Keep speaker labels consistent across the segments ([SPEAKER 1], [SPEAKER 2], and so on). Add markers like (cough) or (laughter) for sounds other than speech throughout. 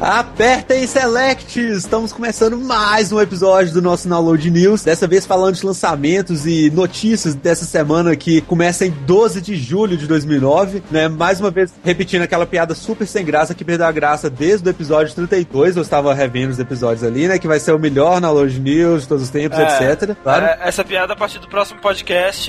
[SPEAKER 1] Apertem Select! Estamos começando mais um episódio do nosso Download News. Dessa vez falando de lançamentos e notícias dessa semana que começa em 12 de julho de 2009. Né? Mais uma vez repetindo aquela piada super sem graça que perdeu a graça desde o episódio 32. Eu estava revendo os episódios ali, né? Que vai ser o melhor Download News de todos os tempos,
[SPEAKER 2] É,
[SPEAKER 1] etc. Claro.
[SPEAKER 2] É, essa piada, a partir do próximo podcast,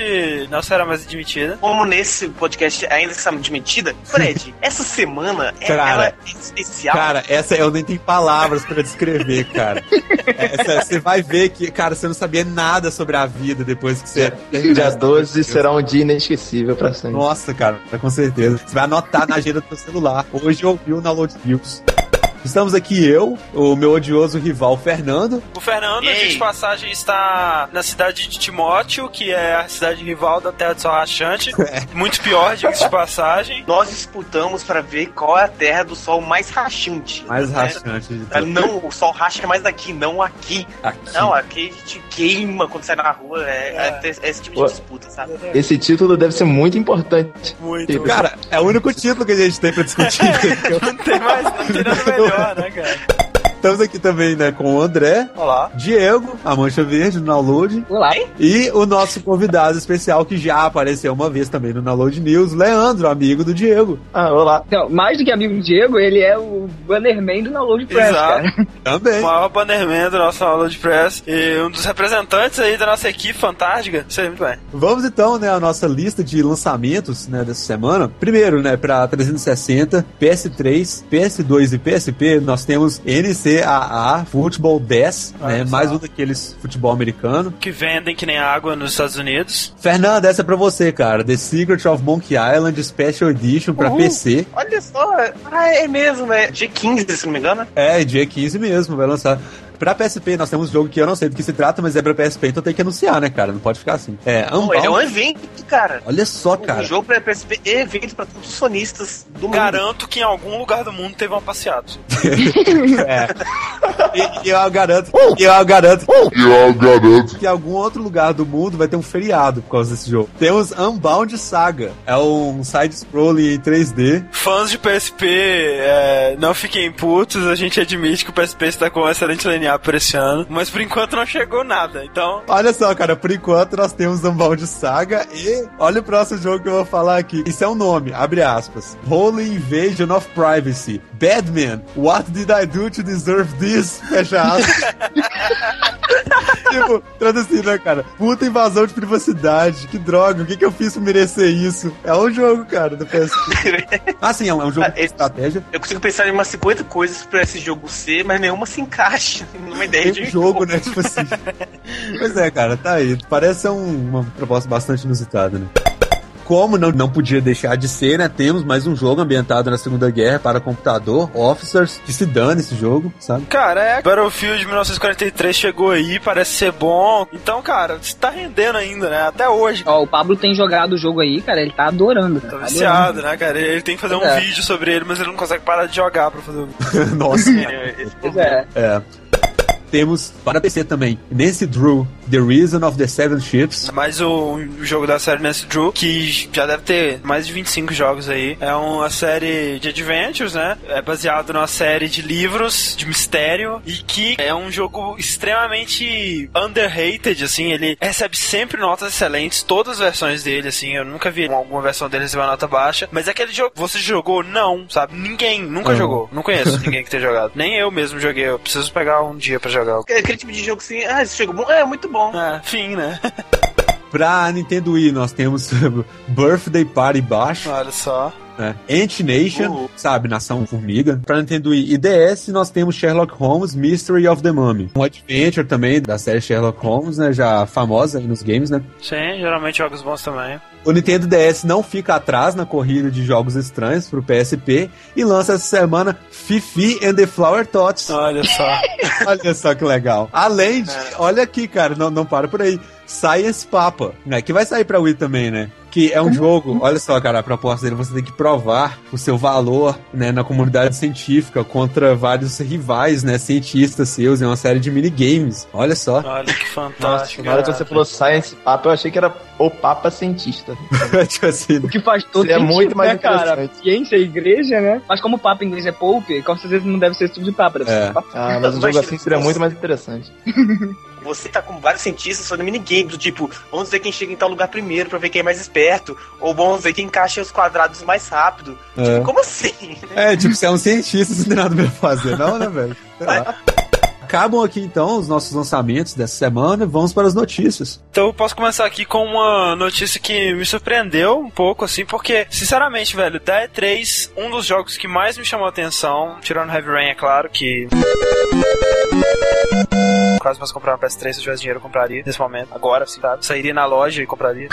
[SPEAKER 2] não será mais admitida.
[SPEAKER 3] Como nesse podcast ainda está admitida,
[SPEAKER 2] (laughs)
[SPEAKER 3] Fred, essa semana é,
[SPEAKER 1] Cara.
[SPEAKER 3] ela é especial.
[SPEAKER 1] Cara, essa eu nem tenho palavras pra descrever, cara. É, Essa- Você vai ver que, cara, você não sabia nada sobre a vida depois que você.
[SPEAKER 4] Dia 12 será um dia inesquecível pra sempre.
[SPEAKER 1] Nossa, cara, com certeza. Você vai anotar na agenda do seu celular. Hoje ouviu na Load News. Estamos aqui eu, o meu odioso rival Fernando.
[SPEAKER 2] O Fernando,
[SPEAKER 3] Ei.
[SPEAKER 2] diga de passagem, está na cidade de Timóteo, que é a cidade rival da Terra do Sol (laughs) Rachante. Muito pior, diga de passagem.
[SPEAKER 3] Nós disputamos para ver qual é a terra do sol mais rachante.
[SPEAKER 1] Mais
[SPEAKER 3] né?
[SPEAKER 1] rachante de
[SPEAKER 3] Ah,
[SPEAKER 1] tudo.
[SPEAKER 3] Não, o sol racha mais daqui, não aqui.
[SPEAKER 1] Aqui.
[SPEAKER 3] Não, aqui a gente queima quando sai na rua. É, é ter- é esse tipo de
[SPEAKER 4] Ué.
[SPEAKER 3] disputa, sabe?
[SPEAKER 4] Esse título deve ser muito importante.
[SPEAKER 2] Muito.
[SPEAKER 1] Cara, é o único título que a gente tem pra discutir. entendeu?
[SPEAKER 2] Não tem mais, não tem nada melhor, né, cara?
[SPEAKER 1] Estamos aqui também, né, com o André,
[SPEAKER 2] Olá.
[SPEAKER 1] Diego, a Mancha Verde, do Download.
[SPEAKER 5] Olá.
[SPEAKER 1] E o nosso convidado especial que já apareceu uma vez também no Download News, Leandro, amigo do Diego.
[SPEAKER 4] Ah, olá.
[SPEAKER 5] Então, mais do que amigo do Diego, ele é o bannerman do Download Press,
[SPEAKER 2] Exato.
[SPEAKER 5] cara.
[SPEAKER 1] Também.
[SPEAKER 2] O maior bannerman do nosso Download Press e um dos representantes aí da nossa equipe fantástica. Isso aí, muito bem.
[SPEAKER 1] Vamos então, né, a nossa lista de lançamentos, né, dessa semana. Primeiro, né, para 360, PS3, PS2 e PSP, nós temos NCAA Football 10,
[SPEAKER 2] Ah,
[SPEAKER 1] né,
[SPEAKER 2] exato.
[SPEAKER 1] mais um daqueles futebol americano.
[SPEAKER 2] Que vendem que nem água nos Estados Unidos.
[SPEAKER 1] Fernanda, essa é pra você, cara. The Secret of Monkey Island Special Edition pra
[SPEAKER 3] Uhul.
[SPEAKER 1] PC.
[SPEAKER 3] Olha só, ah, é mesmo, né? G15, se não me engano. né?
[SPEAKER 1] É, dia 15 mesmo, vai lançar. Pra PSP, nós temos um jogo que eu não sei do que se trata, mas é pra PSP, então tem que anunciar, né, cara? Não pode ficar assim. É,
[SPEAKER 3] Pô, ele é um
[SPEAKER 1] Unbound.
[SPEAKER 3] evento, cara.
[SPEAKER 1] Olha só, cara.
[SPEAKER 3] Um jogo pra PSP é evento pra todos os sonistas do mundo.
[SPEAKER 2] Garanto que em algum lugar do mundo teve uma passeada.
[SPEAKER 1] É. E, e eu garanto, e eu garanto
[SPEAKER 6] Eu garanto.
[SPEAKER 1] que em algum outro lugar do mundo vai ter um feriado por causa desse jogo. Temos Unbound Saga. É um side-scroll em 3D.
[SPEAKER 2] Fãs de PSP, é, não fiquem putos, a gente admite que o PSP está com um excelente linear por esse ano, mas por enquanto não chegou nada, então.
[SPEAKER 1] Olha só, cara, por enquanto nós temos Unbound Saga e olha o próximo jogo que eu vou falar aqui. Isso é um nome, abre aspas. Holy Invasion of Privacy. Batman, what did I do to deserve this? (laughs) Fecha aspas. tipo, traduzido, né, cara? Puta invasão de privacidade. Que droga, o que, que eu fiz pra merecer isso? É um jogo, cara, do PSP.
[SPEAKER 3] (laughs)
[SPEAKER 1] Ah, sim, é um, é um jogo
[SPEAKER 3] Ah,
[SPEAKER 1] de
[SPEAKER 3] esse-
[SPEAKER 1] estratégia.
[SPEAKER 3] Eu consigo pensar em umas 50 coisas pra esse jogo ser, mas nenhuma se encaixa (laughs) numa ideia
[SPEAKER 1] Tem
[SPEAKER 3] de
[SPEAKER 1] um jogo, né? Tipo assim. pois é, cara, tá aí. Parece ser um- uma proposta bastante inusitada, né? Como não, não podia deixar de ser, né? Temos mais um jogo ambientado na Segunda Guerra para computador, Officers, que se dane esse jogo, sabe? (laughs)
[SPEAKER 2] Cara, é. Battlefield 1943 chegou aí, parece ser bom. Então, cara, você tá rendendo ainda, né? Até hoje.
[SPEAKER 5] (laughs) Ó, o Pablo tem jogado o jogo aí, cara, ele tá adorando. Cara,
[SPEAKER 2] Tá
[SPEAKER 5] adorando.
[SPEAKER 2] viciado, né, cara? Ele tem que fazer um
[SPEAKER 5] É.
[SPEAKER 2] vídeo sobre ele, mas ele não consegue parar de jogar pra fazer o vídeo.
[SPEAKER 1] Nossa.
[SPEAKER 5] Pois é.
[SPEAKER 1] É. Temos para PC também, Nancy Drew, The Reason of the Seven Ships.
[SPEAKER 2] Mais o, o jogo da série Nancy Drew, que já deve ter mais de 25 jogos aí. É uma série de adventures, né? É baseado numa série de livros de mistério e que é um jogo extremamente underrated, assim. Ele recebe sempre notas excelentes, todas as versões dele, assim. Eu nunca vi alguma versão dele receber uma nota baixa. Mas é aquele jogo, você jogou? Não, sabe? Ninguém nunca
[SPEAKER 1] Não.
[SPEAKER 2] jogou. Não conheço ninguém que tenha jogado. Nem eu mesmo joguei. Eu preciso pegar um dia pra jogar.
[SPEAKER 3] É Aquele tipo de jogo assim, ah, esse jogo bom, é muito bom.
[SPEAKER 2] Ah, fim, né? (laughs)
[SPEAKER 1] Pra Nintendo Wii, nós temos (laughs) Birthday Party Baixo.
[SPEAKER 2] Olha só.
[SPEAKER 1] né? Ant Nation,
[SPEAKER 3] Uhum.
[SPEAKER 1] sabe, Nação Formiga. Pra Nintendo Wii e DS, nós temos Sherlock Holmes Mystery of the Mummy. Um adventure também da série Sherlock Holmes, né, já famosa aí nos games, né?
[SPEAKER 2] Sim, geralmente jogos bons também.
[SPEAKER 1] O Nintendo DS não fica atrás na corrida de jogos estranhos pro PSP e lança essa semana Fifi and the Flower Tots.
[SPEAKER 2] Olha só.
[SPEAKER 1] Olha só que legal. Além de, olha aqui, cara, não, não para por aí. Science Papa, né? Que vai sair pra Wii também, né? que é um jogo. Olha só, cara, a proposta dele você tem que provar o seu valor né, na comunidade científica contra vários rivais, né, cientistas seus em uma série de minigames. Olha só. (laughs)
[SPEAKER 2] (laughs) Olha que
[SPEAKER 4] Nossa,
[SPEAKER 2] fantástico.
[SPEAKER 4] na hora que você
[SPEAKER 2] cara.
[SPEAKER 4] falou Science Papa, eu achei que era o Papa Cientista.
[SPEAKER 1] tipo assim,
[SPEAKER 5] O que faz todo
[SPEAKER 4] Isso é
[SPEAKER 5] sentido,
[SPEAKER 4] muito mais
[SPEAKER 5] né, cara?
[SPEAKER 4] interessante.
[SPEAKER 5] Ciência e igreja, né? Mas como o Papa em inglês é Pope, com certeza não deve ser esse tipo de Papa. Deve
[SPEAKER 1] É.
[SPEAKER 5] ser Papa.
[SPEAKER 4] Ah, (laughs) mas um jogo assim seria muito mais interessante.
[SPEAKER 3] Você tá com vários cientistas fazendo minigames, do tipo, vamos ver quem chega em tal lugar primeiro pra ver quem é mais esperto, ou vamos ver quem encaixa os quadrados mais rápido.
[SPEAKER 1] é.
[SPEAKER 3] Como assim? (laughs)
[SPEAKER 1] É, tipo, você é um cientista, você não tem nada pra fazer, não, né, velho? Sei lá. Acabam aqui então os nossos lançamentos dessa semana, vamos para as notícias.
[SPEAKER 2] Então eu posso começar aqui com uma notícia que me surpreendeu um pouco, assim, porque, sinceramente, velho, da E3, um dos jogos que mais me chamou a atenção, tirando Heavy Rain, é claro, que. Quase posso comprar uma PS3 se eu tivesse dinheiro, eu compraria nesse momento, agora, assim, tá? Sairia na loja e compraria.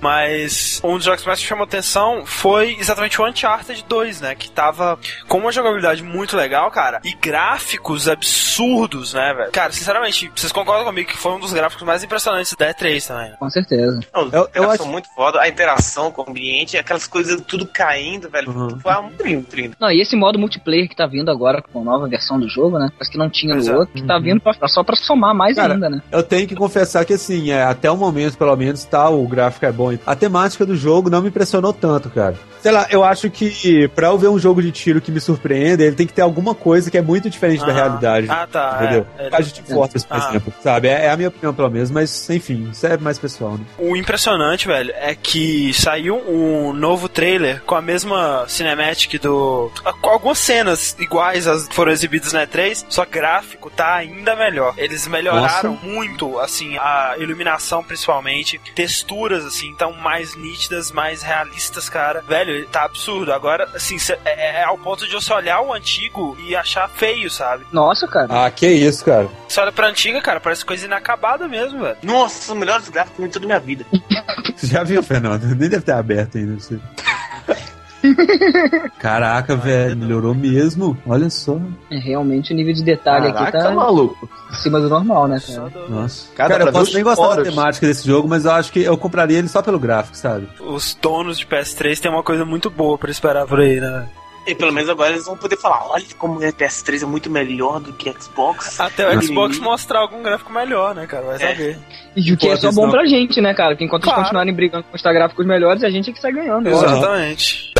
[SPEAKER 2] Mas um dos jogos que mais me chamou a atenção foi exatamente o Uncharted 2, né? Que tava com uma jogabilidade muito legal, cara, e gráficos absurdos, né, velho? Cara, sinceramente, vocês concordam comigo que foi um dos gráficos mais impressionantes da E3 também, né?
[SPEAKER 5] Com certeza.
[SPEAKER 3] Não,
[SPEAKER 1] Eu-
[SPEAKER 3] eu,
[SPEAKER 1] eu acho-
[SPEAKER 3] são muito foda, a interação com o ambiente, aquelas coisas tudo caindo, velho. Tipo, ah,
[SPEAKER 1] Uhum.
[SPEAKER 3] um Foi muito lindo, muito lindo.
[SPEAKER 5] Não, e esse modo multiplayer que tá vindo agora com a nova versão do jogo, né? Parece que não tinha
[SPEAKER 2] Pois é.
[SPEAKER 5] no outro, que tá vindo pra- pra- só pra somar mais
[SPEAKER 1] Cara,
[SPEAKER 5] ainda, né?
[SPEAKER 1] Eu tenho que confessar que assim, é, até o momento, pelo menos, tá, o gráfico é bom. A temática do jogo não me impressionou tanto, cara. Sei lá, eu acho que pra eu ver um jogo de tiro que me surpreenda, ele tem que ter alguma coisa que é muito diferente da
[SPEAKER 2] Ah,
[SPEAKER 1] realidade.
[SPEAKER 2] Ah, tá.
[SPEAKER 1] Entendeu?
[SPEAKER 2] é, ele-
[SPEAKER 1] A gente Fortress, por
[SPEAKER 2] Ah.
[SPEAKER 1] exemplo, sabe? É, é a minha opinião, pelo menos, mas enfim, isso é mais pessoal, né?
[SPEAKER 2] O impressionante, velho, é que saiu um novo trailer com a mesma cinematic do. com algumas cenas iguais às que foram exibidas na E3, só gráfico tá ainda melhor. Eles melhoraram muito, assim, a iluminação principalmente, texturas, assim, então mais nítidas, mais realistas, cara. Velho, tá absurdo. Agora, assim, cê- é, é ao ponto de você olhar o antigo e achar feio, sabe?
[SPEAKER 5] Nossa, cara.
[SPEAKER 1] Ah, que isso, cara.
[SPEAKER 2] Você olha pra antiga, cara, parece coisa inacabada mesmo, velho.
[SPEAKER 3] Nossa, são os melhores gráficos de toda a minha vida.
[SPEAKER 1] Já viu, Fernando? Nem deve ter aberto ainda. (laughs) Você. Caraca, velho, melhorou mesmo. Olha só.
[SPEAKER 5] É, Realmente o nível de detalhe
[SPEAKER 4] Caraca,
[SPEAKER 5] aqui tá
[SPEAKER 4] maluco.
[SPEAKER 5] acima do normal, né,
[SPEAKER 2] Só
[SPEAKER 5] cara?
[SPEAKER 2] do-
[SPEAKER 1] Nossa.
[SPEAKER 4] Cara,
[SPEAKER 1] Cara, eu
[SPEAKER 4] pra ver
[SPEAKER 1] posso
[SPEAKER 4] os
[SPEAKER 1] nem gostar da
[SPEAKER 4] poros.
[SPEAKER 1] temática desse jogo, mas eu acho que eu compraria ele só pelo gráfico, sabe?
[SPEAKER 2] os donos de PS3 têm uma coisa muito boa pra esperar por aí, né?
[SPEAKER 3] E pelo menos agora eles vão poder falar: olha como o PS3 é muito melhor do que Xbox.
[SPEAKER 2] Até o
[SPEAKER 3] Uhum.
[SPEAKER 2] Xbox mostrar algum gráfico melhor, né, cara? Vai saber.
[SPEAKER 3] Tipo,
[SPEAKER 5] E o que é só
[SPEAKER 1] Pô,
[SPEAKER 5] bom
[SPEAKER 1] atenção.
[SPEAKER 5] pra gente, né, cara? Porque enquanto
[SPEAKER 2] Claro.
[SPEAKER 5] eles continuarem brigando com os gráficos melhores, a gente é que sai ganhando. né?
[SPEAKER 2] Exatamente.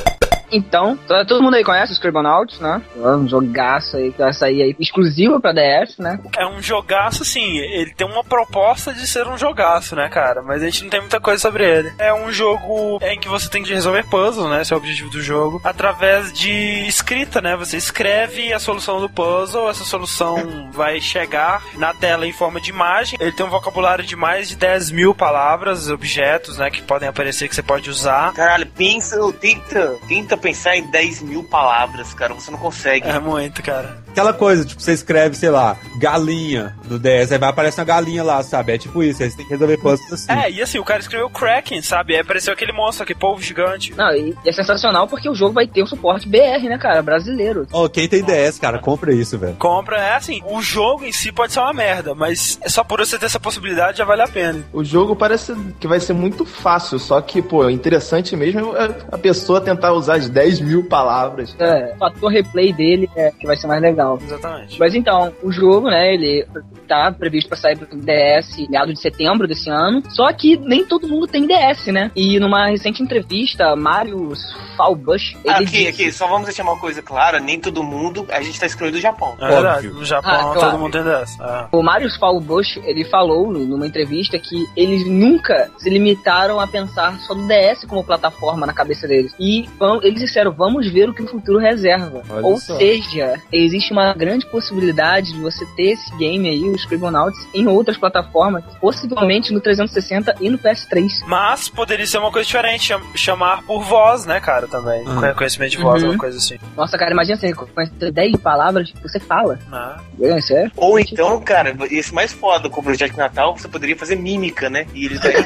[SPEAKER 5] Então, to- todo mundo aí conhece os Scribblenauts, né? Um jogaço aí que vai sair aí exclusivo pra DS, né?
[SPEAKER 2] É um jogaço, assim, ele tem uma proposta de ser um jogaço, né, cara? Mas a gente não tem muita coisa sobre ele. É um jogo em que você tem que resolver puzzles, né? Esse é o objetivo do jogo. Através de escrita, né? Você escreve a solução do puzzle, essa solução (laughs) vai chegar na tela em forma de imagem. Ele tem um vocabulário de mais de 10 mil palavras, objetos, né? Que podem aparecer, que você pode usar.
[SPEAKER 3] Caralho, pensa, tenta, tenta pensar em 10 mil palavras, cara. Você não consegue.
[SPEAKER 2] É muito, cara.
[SPEAKER 1] Aquela coisa, tipo, você escreve, sei lá, galinha no DS, aí vai aparecer uma galinha lá, sabe? É tipo isso, aí você tem que resolver puzzles assim.
[SPEAKER 2] É, e assim, o cara escreveu Kraken, sabe? Aí apareceu aquele monstro, aquele povo gigante.
[SPEAKER 5] Não, e e é sensacional porque o jogo vai ter o suporte BR, né, cara? Brasileiro.
[SPEAKER 1] Ó, quem tem DS, cara, compra isso, velho.
[SPEAKER 2] Compra, é assim, o jogo em si pode ser uma merda, mas é só por você ter essa possibilidade já vale a pena.
[SPEAKER 4] O jogo parece que vai ser muito fácil, só que, pô, interessante mesmo é a pessoa tentar usar as 10 mil palavras.
[SPEAKER 5] É, o fator replay dele é que vai ser mais legal.
[SPEAKER 2] Exatamente.
[SPEAKER 5] Mas então, o jogo, né, ele tá previsto pra sair pro DS meado de setembro desse ano. Só que nem todo mundo tem DS, né? E numa recente entrevista, Mario Falbush, ele
[SPEAKER 3] Aqui,
[SPEAKER 5] disse-
[SPEAKER 3] aqui, só vamos deixar uma coisa clara: nem todo mundo, a gente tá excluindo o Japão.
[SPEAKER 2] É verdade,
[SPEAKER 1] Óbvio.
[SPEAKER 2] no Japão
[SPEAKER 5] Ah, claro.
[SPEAKER 2] todo mundo tem dessa. é.
[SPEAKER 5] O Marius Paulo Bush, ele falou no- numa entrevista que eles nunca se limitaram a pensar só no DS como plataforma na cabeça deles. E vão- eles disseram, vamos ver o que o futuro reserva.
[SPEAKER 1] Olha
[SPEAKER 5] Ou
[SPEAKER 1] só.
[SPEAKER 5] seja, existe uma grande possibilidade de você ter esse game aí, os Scribblenauts, em outras plataformas, possivelmente no 360 e no PS3.
[SPEAKER 2] Mas poderia ser uma coisa diferente, cham- chamar por voz, né, cara, também.
[SPEAKER 1] Uhum.
[SPEAKER 2] Conhe- Conhecimento de voz,
[SPEAKER 5] Uhum.
[SPEAKER 2] uma coisa assim.
[SPEAKER 5] Nossa, cara, imagina você conhece 10 palavras que você fala.
[SPEAKER 2] né?
[SPEAKER 5] Isso (laughs) é
[SPEAKER 3] Ou então, cara, esse mais foda com o projeto de Natal, você poderia fazer mímica, né? E eles daí.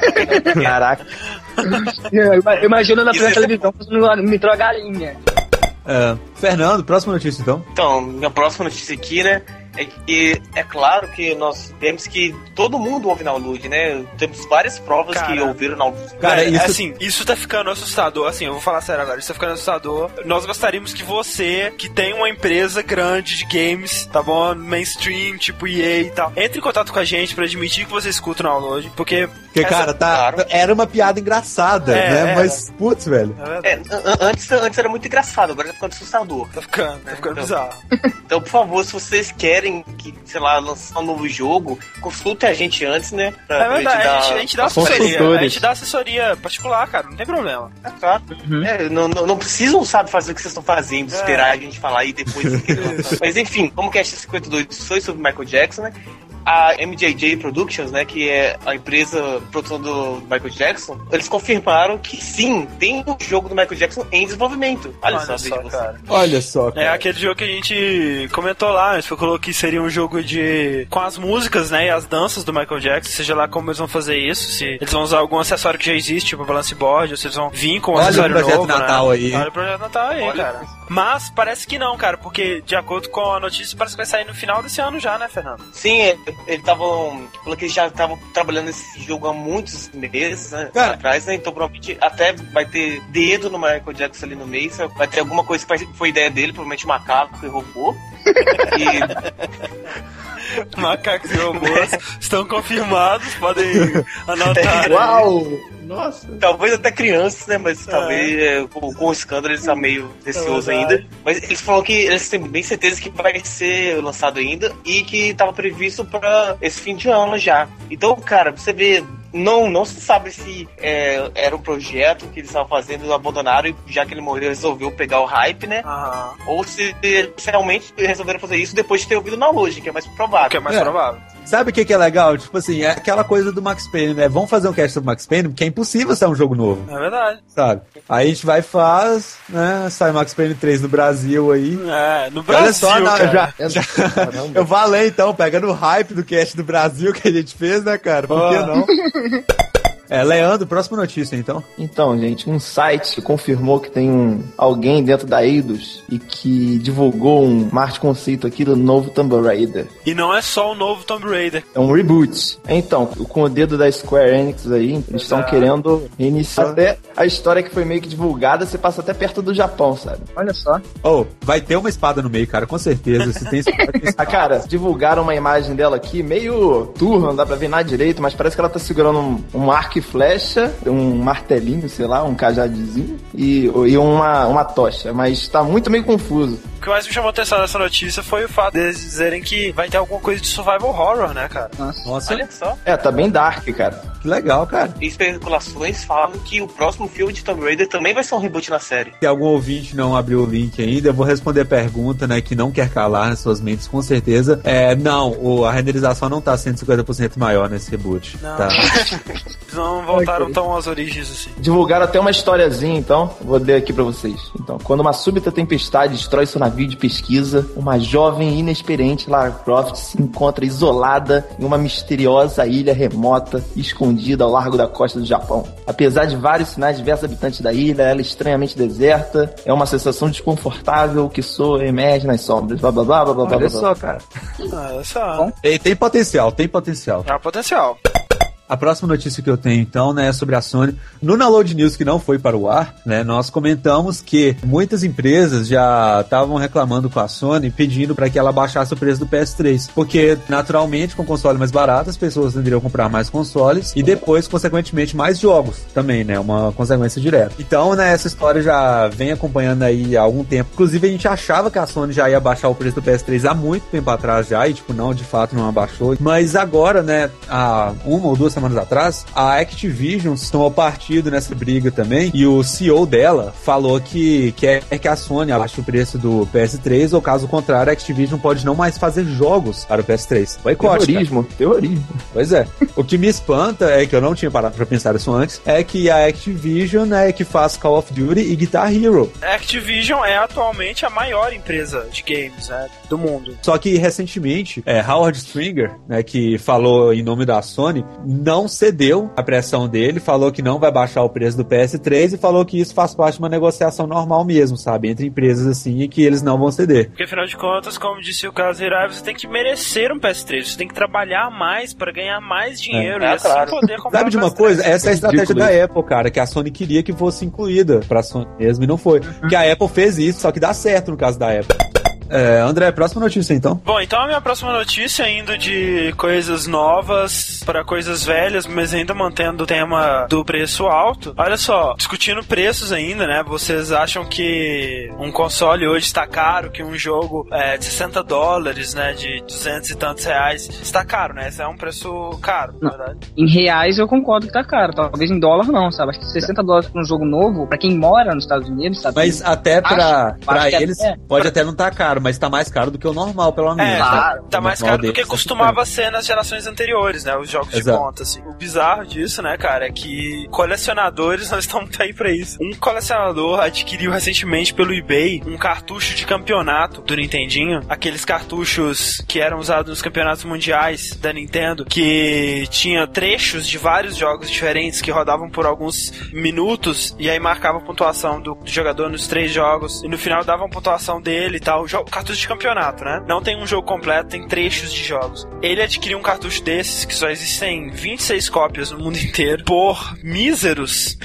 [SPEAKER 4] Caraca,
[SPEAKER 5] Imagina na frente da
[SPEAKER 3] Isso é-
[SPEAKER 5] televisão, me a galinha.
[SPEAKER 1] É. Fernando, próxima notícia então.
[SPEAKER 3] Então, minha próxima notícia aqui, né? é que é claro que nós temos que todo mundo ouve na Lud, né? Temos várias provas
[SPEAKER 2] Cara.
[SPEAKER 3] que ouviram na Lud.
[SPEAKER 1] Cara,
[SPEAKER 2] Cara,
[SPEAKER 1] isso-
[SPEAKER 2] assim, isso tá ficando assustador. Assim, eu vou falar sério agora, isso tá ficando assustador. Nós gostaríamos que você, que tem uma empresa grande de games, tá bom? Mainstream, tipo EA e tal, entre em contato com a gente pra admitir que você escuta o download, porque.
[SPEAKER 1] Porque,
[SPEAKER 2] essa-
[SPEAKER 1] cara, tá,
[SPEAKER 3] claro.
[SPEAKER 1] era uma piada engraçada,
[SPEAKER 2] É,
[SPEAKER 1] né?
[SPEAKER 2] é.
[SPEAKER 1] Mas, putz, velho.
[SPEAKER 2] É,
[SPEAKER 3] É, an- an- antes, antes era muito engraçado, agora tá ficando assustador.
[SPEAKER 2] tá ficando, tá ficando
[SPEAKER 3] Então.
[SPEAKER 2] bizarro.
[SPEAKER 3] Então, por favor, se vocês querem que, sei lá, lançar um novo jogo, consultem a gente antes, né? Pra
[SPEAKER 2] É verdade, a gente, a gente dá assessoria.
[SPEAKER 4] consultores.
[SPEAKER 2] A gente dá assessoria particular, cara, não tem problema.
[SPEAKER 3] Ah, claro. É, não, não, não precisam, sabe, fazer o que vocês estão fazendo,
[SPEAKER 2] É.
[SPEAKER 3] esperar a gente falar e (laughs) depois. Mas enfim, como que é 52 foi sobre Michael Jackson, né? A MJJ Productions, né, que é a empresa de produção do Michael Jackson, eles confirmaram que sim, tem um jogo do Michael Jackson em desenvolvimento. Olha, só, veja você.
[SPEAKER 1] Olha só,
[SPEAKER 2] É
[SPEAKER 1] cara.
[SPEAKER 2] aquele jogo que a gente comentou lá, a gente falou que seria um jogo de. com as músicas, né? E as danças do Michael Jackson, seja lá como eles vão fazer isso, se eles vão usar algum acessório que já existe, tipo balance board, ou se eles vão vir com um
[SPEAKER 1] Olha o
[SPEAKER 2] acessório
[SPEAKER 1] projeto
[SPEAKER 2] novo.
[SPEAKER 1] Natal
[SPEAKER 2] né?
[SPEAKER 1] aí.
[SPEAKER 2] Olha o projeto Natal aí,
[SPEAKER 3] Olha.
[SPEAKER 2] cara. Mas parece que não, cara, porque de acordo com a notícia, parece que vai sair no final desse ano já, né, Fernando?
[SPEAKER 3] Sim, é, eles estavam. Falou que eles já estavam trabalhando nesse jogo há muitos meses né,
[SPEAKER 1] Cara.
[SPEAKER 3] atrás, né? Então provavelmente até vai ter dedo no Michael Jackson ali no meio. só Vai ter alguma coisa que vai- foi ideia dele, provavelmente macaco que roubou. e
[SPEAKER 2] Macacos e robôs estão confirmados, podem anotar. né? aí.
[SPEAKER 4] Uau! (laughs) Nossa!
[SPEAKER 3] talvez até crianças, né? Mas
[SPEAKER 2] É.
[SPEAKER 3] talvez é, com, com o escândalo eles estão meio receoso ainda. Mas eles falaram que eles têm bem certeza que vai ser lançado ainda e que estava previsto para esse fim de ano já. Então, cara, pra você vê. Não, não se sabe se é, era um projeto que eles estavam fazendo, eles abandonaram e já que ele morreu resolveu pegar o hype, né?
[SPEAKER 2] Aham.
[SPEAKER 3] Ou se eles realmente resolveram fazer isso depois de ter ouvido na loja, que é mais provável.
[SPEAKER 2] O que é mais
[SPEAKER 1] É.
[SPEAKER 2] provável.
[SPEAKER 1] Sabe o que, que é legal? Tipo assim, é aquela coisa do Max Payne, né? Vamos fazer um cast sobre Max Payne, porque é impossível sair um jogo novo,
[SPEAKER 2] É verdade.
[SPEAKER 1] sabe? Aí a gente vai e faz, né? Sai Max Payne 3 no Brasil aí.
[SPEAKER 2] É, no Brasil.
[SPEAKER 1] Olha só, não,
[SPEAKER 2] cara.
[SPEAKER 1] já,
[SPEAKER 4] Caramba.
[SPEAKER 1] eu valei então, pegando o hype do cast do Brasil que a gente fez, né, cara? Por que
[SPEAKER 2] Ah.
[SPEAKER 1] não? É, Leandro, próxima notícia então.
[SPEAKER 4] Então, gente, um site confirmou que tem um, alguém dentro da Eidos e que divulgou um arte conceito aqui do novo Tomb Raider.
[SPEAKER 2] E não é só o novo Tomb Raider.
[SPEAKER 4] É um reboot. Então, com o dedo da Square Enix aí, eles estão
[SPEAKER 2] Exato.
[SPEAKER 4] querendo iniciar até a história que foi meio que divulgada, você passa até perto do Japão, sabe?
[SPEAKER 5] Olha só.
[SPEAKER 1] Oh, vai ter uma espada no meio, cara, com certeza. Se tem espada, tem
[SPEAKER 2] (laughs)
[SPEAKER 4] Ah,
[SPEAKER 1] espada.
[SPEAKER 4] cara, divulgaram uma imagem dela aqui, meio turva, não dá pra ver nada direito, mas parece que ela tá segurando um, um arco e flecha, um martelinho, sei lá, um cajadezinho e, e uma, uma tocha, mas tá muito meio confuso.
[SPEAKER 2] O que mais me chamou a atenção nessa notícia foi o fato deles dizerem que vai ter alguma coisa de survival horror, né, cara?
[SPEAKER 5] Nossa.
[SPEAKER 1] Nossa,
[SPEAKER 3] Olha só.
[SPEAKER 4] É, tá bem dark, cara.
[SPEAKER 1] que legal, cara.
[SPEAKER 3] E especulações falam que o próximo filme de Tomb Raider também vai ser um reboot na série.
[SPEAKER 1] Se algum ouvinte não abriu o link ainda, eu vou responder a pergunta, né, que não quer calar nas suas mentes, com certeza. É, não, o- a renderização não tá 150% maior nesse reboot.
[SPEAKER 2] Não.
[SPEAKER 1] Tá.
[SPEAKER 2] Eles não voltaram
[SPEAKER 4] Ok.
[SPEAKER 2] tão às origens assim.
[SPEAKER 4] Divulgaram até uma historiazinha, então. Vou ler aqui pra vocês. Então, quando uma súbita tempestade destrói seu navio de pesquisa, uma jovem e inexperiente Lara Croft se encontra isolada em uma misteriosa ilha remota, escondida ao largo da costa do Japão. Apesar de vários sinais de diversos habitantes da ilha, ela é estranhamente deserta, é uma sensação desconfortável que soa e emerge nas sombras. Blá blá blá blá blá blá.
[SPEAKER 1] Olha
[SPEAKER 4] blá, blá.
[SPEAKER 1] só, cara.
[SPEAKER 2] Ah, essa
[SPEAKER 5] Bom.
[SPEAKER 1] Tem, tem potencial, tem potencial.
[SPEAKER 2] é o potencial.
[SPEAKER 1] A próxima notícia que eu tenho, então, né, é sobre a Sony. No Download News, que não foi para o ar, né, nós comentamos que muitas empresas já estavam reclamando com a Sony, pedindo para que ela baixasse o preço do PS3. Porque, naturalmente, com o console mais barato, as pessoas tenderiam a comprar mais consoles e depois, consequentemente, mais jogos também, né, uma consequência direta. Então, né, essa história já vem acompanhando aí há algum tempo. Inclusive, a gente achava que a Sony já ia baixar o preço do PS3 há muito tempo atrás já, e, tipo, não, de fato, não abaixou. Mas agora, né, há uma ou duas semanas atrás, a Activision tomou partido nessa briga também, e o CEO dela falou que quer que a Sony abaixe o preço do PS3, ou caso contrário, a Activision pode não mais fazer jogos para o PS3. Boicote, cara.
[SPEAKER 4] Terrorismo, terrorismo.
[SPEAKER 1] Pois é. O que me espanta é que eu não tinha parado pra pensar isso antes, é que a Activision é que faz Call of Duty e Guitar Hero.
[SPEAKER 2] A Activision é atualmente a maior empresa de games, né, do mundo.
[SPEAKER 1] Só que recentemente, é, Howard Stringer, né, que falou em nome da Sony, não cedeu à pressão dele, falou que não vai baixar o preço do PS3 e falou que isso faz parte de uma negociação normal mesmo, sabe? Entre empresas assim e que eles não vão ceder.
[SPEAKER 2] Porque afinal de contas, como disse o caso Hirai, você tem que merecer um PS3, você tem que trabalhar mais para ganhar mais dinheiro
[SPEAKER 3] É,
[SPEAKER 2] e assim
[SPEAKER 3] claro.
[SPEAKER 2] poder comprar
[SPEAKER 1] Sabe de
[SPEAKER 2] um
[SPEAKER 1] uma
[SPEAKER 2] PS3.
[SPEAKER 1] coisa? Essa é a estratégia
[SPEAKER 4] Ridículo
[SPEAKER 1] da Apple, cara, que a Sony queria que fosse incluída pra Sony mesmo e não foi. Que a Apple fez isso, só que dá certo no caso da Apple. É, André, próxima notícia então.
[SPEAKER 2] Bom, então a minha próxima notícia indo de coisas novas para coisas velhas, mas ainda mantendo o tema do preço alto. Olha só, discutindo preços ainda, né? Vocês acham que um console hoje está caro, que um jogo é, de 60 dólares, né, de 200 e tantos reais, está caro, né? Esse é um preço caro, na
[SPEAKER 5] Não.
[SPEAKER 2] verdade.
[SPEAKER 5] Em reais eu concordo que tá caro, talvez em dólar não, sabe? Acho que 60 dólares pra um jogo novo, pra quem mora nos Estados Unidos, sabe?
[SPEAKER 1] Mas até pra, pra
[SPEAKER 5] acho que
[SPEAKER 1] eles,
[SPEAKER 5] até-
[SPEAKER 1] pode até não tá caro, mas tá mais caro do que o normal, pelo menos. né?
[SPEAKER 2] É,
[SPEAKER 5] claro.
[SPEAKER 2] tá mais
[SPEAKER 1] O normal
[SPEAKER 2] caro do que
[SPEAKER 1] deles tá
[SPEAKER 2] costumava ser nas gerações anteriores, né? Os jogos
[SPEAKER 1] Exato.
[SPEAKER 2] de conta, assim. O bizarro disso, né, cara, é que colecionadores (laughs) não estão aí pra isso. Um colecionador adquiriu recentemente pelo eBay um cartucho de campeonato do Nintendinho, aqueles cartuchos que eram usados nos campeonatos mundiais da Nintendo, que tinha trechos de vários jogos diferentes que rodavam por alguns minutos e aí marcava a pontuação do, do jogador nos três jogos e no final dava a pontuação dele e tal. O jo- Cartucho de campeonato, né? Não tem um jogo completo, tem trechos de jogos. Ele adquiriu um cartucho desses que só existem 26 cópias no mundo (laughs) inteiro por míseros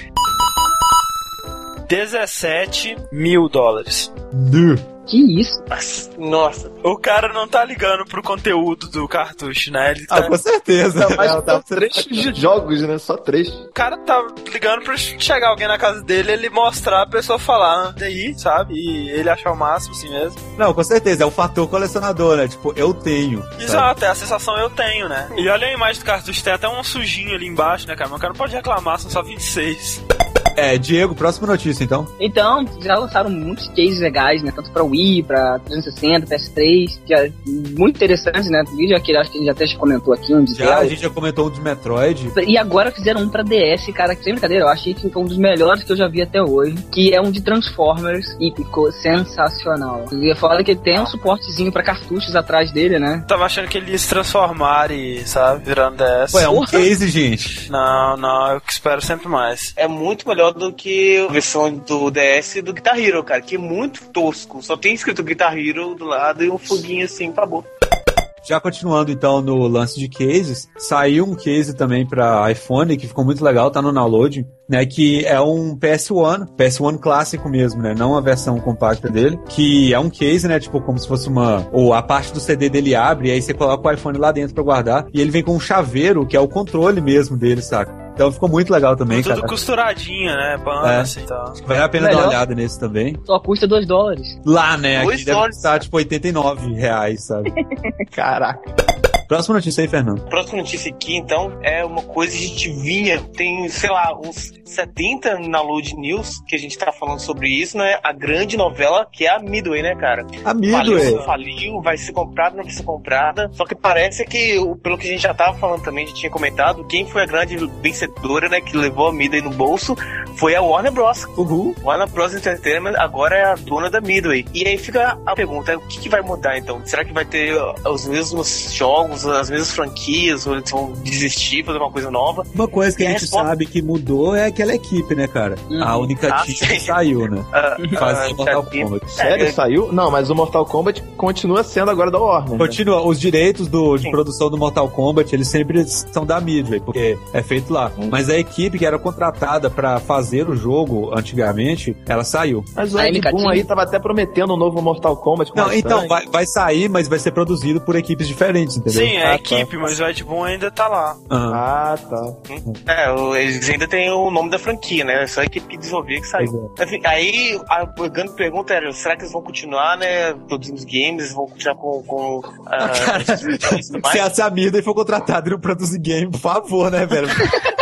[SPEAKER 2] 17 mil dólares. É.
[SPEAKER 1] Nu.
[SPEAKER 5] Que isso?
[SPEAKER 3] Nossa, Nossa.
[SPEAKER 2] O cara não tá ligando pro conteúdo do cartucho, né? Ele tá-
[SPEAKER 1] Ah, com certeza.
[SPEAKER 4] Tá mais
[SPEAKER 1] Ela tá-
[SPEAKER 4] trechos de jogos, né? Só trechos.
[SPEAKER 2] O cara tá ligando pra chegar alguém na casa dele, ele mostrar, a pessoa falar, "Ah, daí, sabe? E ele achar o máximo assim mesmo.
[SPEAKER 1] Não, com certeza. É o fator colecionador, né? Tipo, eu tenho. sabe?
[SPEAKER 2] Exato, é a sensação eu tenho, né? E olha a imagem do cartucho, tem até um sujinho ali embaixo, né, cara? Mas o cara não pode reclamar, são só 26.
[SPEAKER 1] É, Diego, próxima notícia então.
[SPEAKER 5] Então, já lançaram muitos cases legais, né? Tanto pra Wii, pra 360, PS3, que é muito interessante, né? O vídeo aquele, acho que a gente até já comentou aqui, um
[SPEAKER 1] Já, a
[SPEAKER 5] dia.
[SPEAKER 1] gente já comentou um de Metroid.
[SPEAKER 5] E agora fizeram um pra DS, cara, que sem brincadeira, eu achei que foi um dos melhores que eu já vi até hoje, que é um de Transformers e ficou sensacional. E fora que tem um suportezinho pra cartuchos atrás dele, né?
[SPEAKER 2] Tava achando que ele ia se transformar e, sabe, virando DS.
[SPEAKER 1] Ué, é um case, gente.
[SPEAKER 2] Não, não, eu que espero sempre mais.
[SPEAKER 3] É muito melhor do que a versão do DS e do Guitar Hero, cara, que é muito tosco. Só tem escrito Guitar Hero do lado e um foguinho assim, acabou.
[SPEAKER 1] Já continuando então no lance de cases, saiu um case também pra iPhone que ficou muito legal, tá no download, né? Que é um PS1, PS1 clássico mesmo, né? Não a versão compacta dele, que é um case, né? Tipo, como se fosse uma. Ou a parte do CD dele abre, e aí você coloca o iPhone lá dentro pra guardar, e ele vem com um chaveiro, que é o controle mesmo dele, saca? Então ficou muito legal também,
[SPEAKER 2] Tudo
[SPEAKER 1] cara.
[SPEAKER 2] costuradinho, né? Banda,
[SPEAKER 1] É.
[SPEAKER 2] assim, tal.
[SPEAKER 1] Vale a pena dar
[SPEAKER 5] Melhor.
[SPEAKER 1] uma olhada nesse também.
[SPEAKER 5] Só custa 2 dólares.
[SPEAKER 1] Lá, né?
[SPEAKER 3] Dois
[SPEAKER 1] Aqui deve
[SPEAKER 3] dólares.
[SPEAKER 1] custar tipo 89 reais, sabe?
[SPEAKER 4] Caraca.
[SPEAKER 1] Próxima notícia aí, Fernando.
[SPEAKER 3] A próxima notícia aqui, então, é uma coisa que a gente vinha, tem, sei lá, uns 70 na Load News que a gente tá falando sobre isso, né? A grande novela que é a Midway, né, cara?
[SPEAKER 1] A
[SPEAKER 3] Faliu,
[SPEAKER 1] Midway.
[SPEAKER 3] faliu, vai ser comprada, não vai ser comprada. Só que parece que, o- pelo que a gente já tava falando também, a gente tinha comentado, quem foi a grande vencedora, né, que levou a Midway no bolso foi a Warner Bros.
[SPEAKER 1] Uhul.
[SPEAKER 3] Warner Bros. Entertainment agora é a dona da Midway. E aí fica a pergunta, o que, que vai mudar então? Será que vai ter ó, os mesmos jogos, as mesmas franquias, ou eles vão desistir, fazer uma coisa nova?
[SPEAKER 1] Uma coisa que a
[SPEAKER 3] E a
[SPEAKER 1] gente
[SPEAKER 3] resposta-
[SPEAKER 1] sabe que mudou é aquela equipe, né, cara?
[SPEAKER 5] Uhum.
[SPEAKER 1] A única
[SPEAKER 3] Ah,
[SPEAKER 1] time
[SPEAKER 3] sim.
[SPEAKER 1] que saiu, né?
[SPEAKER 3] (laughs) Ah,
[SPEAKER 1] Fazia
[SPEAKER 3] ah,
[SPEAKER 1] Mortal
[SPEAKER 3] tá aqui.
[SPEAKER 1] Kombat.
[SPEAKER 4] Sério,
[SPEAKER 3] É.
[SPEAKER 4] saiu? Não, mas o Mortal Kombat continua sendo agora da Warner. né?
[SPEAKER 1] Continua, os direitos do, de
[SPEAKER 3] Sim.
[SPEAKER 1] produção do Mortal Kombat, eles sempre são da Midway, porque é feito lá.
[SPEAKER 3] Uhum.
[SPEAKER 4] Hum.
[SPEAKER 1] Mas a equipe que era contratada pra fazer o jogo antigamente, ela saiu.
[SPEAKER 4] Mas o
[SPEAKER 5] Aí,
[SPEAKER 4] Ed Boon
[SPEAKER 5] Micatinho.
[SPEAKER 4] aí tava até prometendo um novo Mortal Kombat. com
[SPEAKER 1] Não,
[SPEAKER 4] bastante.
[SPEAKER 1] então, vai, vai sair, mas vai ser produzido por equipes diferentes, entendeu?
[SPEAKER 2] Sim, é a equipe, mas o Ed Boon ainda tá lá.
[SPEAKER 1] Aham.
[SPEAKER 4] Ah, tá.
[SPEAKER 3] É, o- eles ainda tem o nome da franquia, né? Só a equipe que desenvolvia que
[SPEAKER 1] é.
[SPEAKER 3] saiu. Enfim, aí a grande pergunta era, será que eles vão continuar, né? Produzindo os games, vão continuar com. com ah,
[SPEAKER 1] Cara,
[SPEAKER 3] isso e mais?
[SPEAKER 1] Se a Samida foi contratada e não produzir game, por favor, né, (laughs) velho?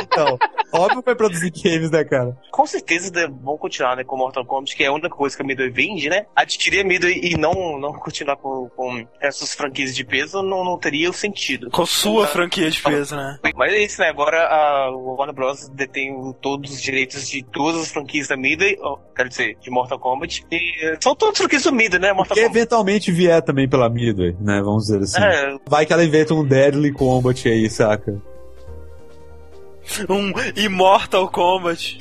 [SPEAKER 1] então, óbvio que vai produzir games, né, cara?
[SPEAKER 3] Com certeza né, vão continuar né, com Mortal Kombat, que é a única coisa que a Midway vende, né? Adquirir a Midway e não, não continuar com, com essas franquias de peso não, não teria o sentido.
[SPEAKER 2] Com sua franquia de peso, né?
[SPEAKER 3] Mas é isso, né? Agora a Warner Bros. detém o- todos os direitos de todas as franquias da Midway, ó, quero dizer, de Mortal Kombat. E eh, são todas franquias do Midway, né? Mortal
[SPEAKER 1] Que
[SPEAKER 3] Kombat.
[SPEAKER 1] eventualmente vier também pela Midway, né? Vamos dizer assim.
[SPEAKER 3] É,
[SPEAKER 1] Vai que ela inventa um Deadly Combat aí, saca?
[SPEAKER 2] um Immortal Kombat.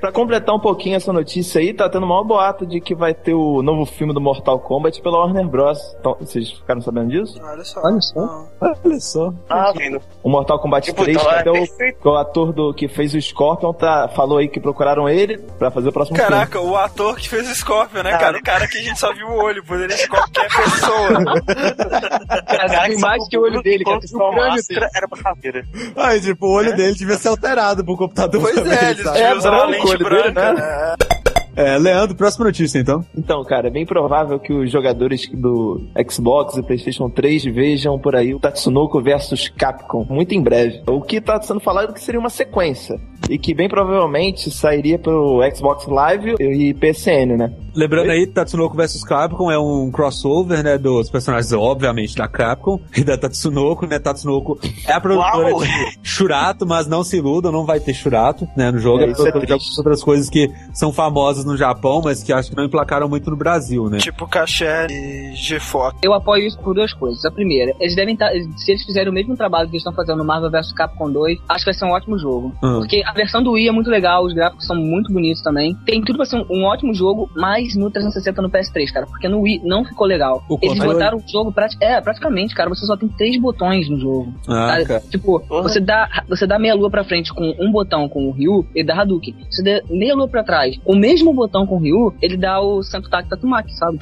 [SPEAKER 4] Pra completar um pouquinho essa notícia aí, tá tendo o maior boato de que vai ter o novo filme do Mortal Kombat pela Warner Bros. Então, vocês ficaram sabendo disso?
[SPEAKER 2] Olha só.
[SPEAKER 5] Olha só.
[SPEAKER 2] Não.
[SPEAKER 4] Olha só.
[SPEAKER 3] Ah, vendo.
[SPEAKER 4] O Mortal Kombat
[SPEAKER 3] Tipo,
[SPEAKER 4] 3,
[SPEAKER 3] então
[SPEAKER 4] que
[SPEAKER 3] é
[SPEAKER 4] até o,
[SPEAKER 3] perfeito.
[SPEAKER 4] que o ator do, que fez o Scorpion tá, falou aí que procuraram ele pra fazer o próximo filme.
[SPEAKER 2] Caraca, o ator que fez o Scorpion, né, cara? O cara que a gente só viu o olho, poderia ser qualquer (laughs) pessoa.
[SPEAKER 5] Cara,
[SPEAKER 3] Cara,
[SPEAKER 5] tem
[SPEAKER 3] que
[SPEAKER 5] mais
[SPEAKER 3] só-
[SPEAKER 5] que o olho dele, cara.
[SPEAKER 3] quando
[SPEAKER 5] Tem um crânio
[SPEAKER 3] formasse,
[SPEAKER 5] dele.
[SPEAKER 3] Era uma caveira.
[SPEAKER 1] Aí, tipo, o olho dele devia ser alterado pro computador.
[SPEAKER 2] Pois
[SPEAKER 1] também,
[SPEAKER 2] é, eles
[SPEAKER 1] sabe?
[SPEAKER 2] deviam usar uma
[SPEAKER 4] branco o
[SPEAKER 2] lente
[SPEAKER 4] olho dele,
[SPEAKER 2] branca,
[SPEAKER 4] né?
[SPEAKER 2] né?
[SPEAKER 1] É, Leandro, próxima notícia então.
[SPEAKER 4] Então, cara, é bem provável que os jogadores do Xbox e PlayStation 3 vejam por aí o Tatsunoko versus Capcom muito em breve. O que tá sendo falado é que seria uma sequência e que bem provavelmente sairia pro Xbox Live e PSN, né?
[SPEAKER 1] Lembrando aí, Tatsunoko vs Capcom é um crossover, né? Dos personagens, obviamente, da Capcom (laughs) e da Tatsunoko, né? Tatsunoko é a produtora
[SPEAKER 3] Uau!
[SPEAKER 1] de Shurato, mas não se iludam, não vai ter Shurato, né? No jogo.
[SPEAKER 4] É,
[SPEAKER 1] É,
[SPEAKER 4] isso é
[SPEAKER 1] produtora de algumas
[SPEAKER 4] triste.
[SPEAKER 1] outras coisas que são famosas no Japão, mas que acho que não emplacaram muito no Brasil, né?
[SPEAKER 2] Tipo Caché e GFOC.
[SPEAKER 5] Eu apoio isso por duas coisas. A primeira, eles devem estar. Se eles fizerem o mesmo trabalho que eles estão fazendo no Marvel vs Capcom 2, acho que vai ser um ótimo jogo.
[SPEAKER 1] Hum.
[SPEAKER 5] Porque a versão do Wii é muito legal, os gráficos são muito bonitos também. Tem tudo pra ser um, um ótimo jogo, mas no 360 no PS3, cara. Porque no Wii não ficou legal.
[SPEAKER 1] O
[SPEAKER 5] Eles
[SPEAKER 1] controle-
[SPEAKER 5] botaram o jogo prati é, praticamente, cara. Você só tem três botões no jogo.
[SPEAKER 1] Ah,
[SPEAKER 5] sabe?
[SPEAKER 1] cara.
[SPEAKER 5] Tipo,
[SPEAKER 3] Porra.
[SPEAKER 5] você dá, você dá meia lua pra frente com um botão com o Ryu, ele dá Hadouken. Você dá meia lua pra trás com o mesmo botão com o Ryu, ele dá o Sentutaki Tatsumaki, sabe?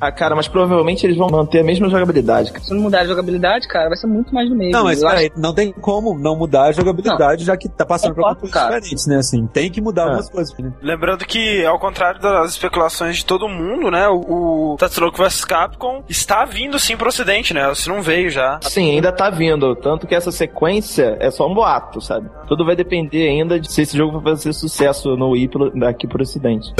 [SPEAKER 4] Ah, cara, mas provavelmente eles vão manter a mesma jogabilidade, cara.
[SPEAKER 5] Se não mudar a jogabilidade, cara, vai ser muito mais do mesmo.
[SPEAKER 1] Não, mas
[SPEAKER 5] Eu
[SPEAKER 1] peraí, não tem como não mudar a jogabilidade, já que tá passando por
[SPEAKER 5] Concordo,
[SPEAKER 1] coisas
[SPEAKER 5] cara.
[SPEAKER 1] diferentes, né? Assim, tem que mudar
[SPEAKER 4] É.
[SPEAKER 1] algumas coisas, né?
[SPEAKER 2] Lembrando que, ao contrário das especulações de todo mundo, né, o, o Tatsunoko vs Capcom está vindo sim pro ocidente, né? Se não veio já.
[SPEAKER 4] Sim, ainda tá vindo. Tanto que essa sequência é só um boato, sabe? Tudo vai depender ainda de se esse jogo vai fazer sucesso no Wii pelo- daqui pro ocidente.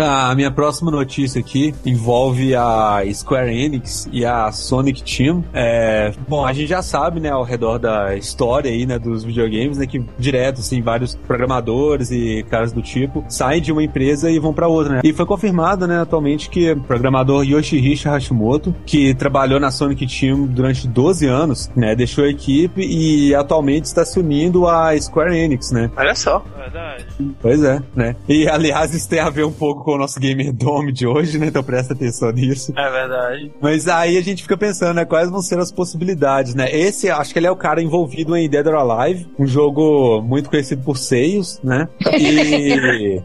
[SPEAKER 1] Ah, A minha próxima notícia aqui envolve a Square Enix e a Sonic Team. É, bom, a gente já sabe, né, ao redor da história aí, né, dos videogames, né, que direto, assim, vários programadores e caras do tipo saem de uma empresa e vão pra outra, né? E foi confirmado, né, atualmente que o programador Yoshihishi Hashimoto, que trabalhou na Sonic Team durante 12 anos, né, deixou a equipe e atualmente está se unindo à Square Enix, né?
[SPEAKER 3] Olha só.
[SPEAKER 2] Verdade.
[SPEAKER 1] Pois é, né? E aliás, isso tem a ver um pouco com o nosso Gamer Dome de hoje, né? Então presta atenção nisso.
[SPEAKER 2] É verdade.
[SPEAKER 1] Mas aí a gente fica pensando, né? Quais vão ser as possibilidades, né? Esse, acho que ele é o cara envolvido em Dead or Alive, um jogo muito conhecido por seios, né?
[SPEAKER 2] (laughs)
[SPEAKER 1] E.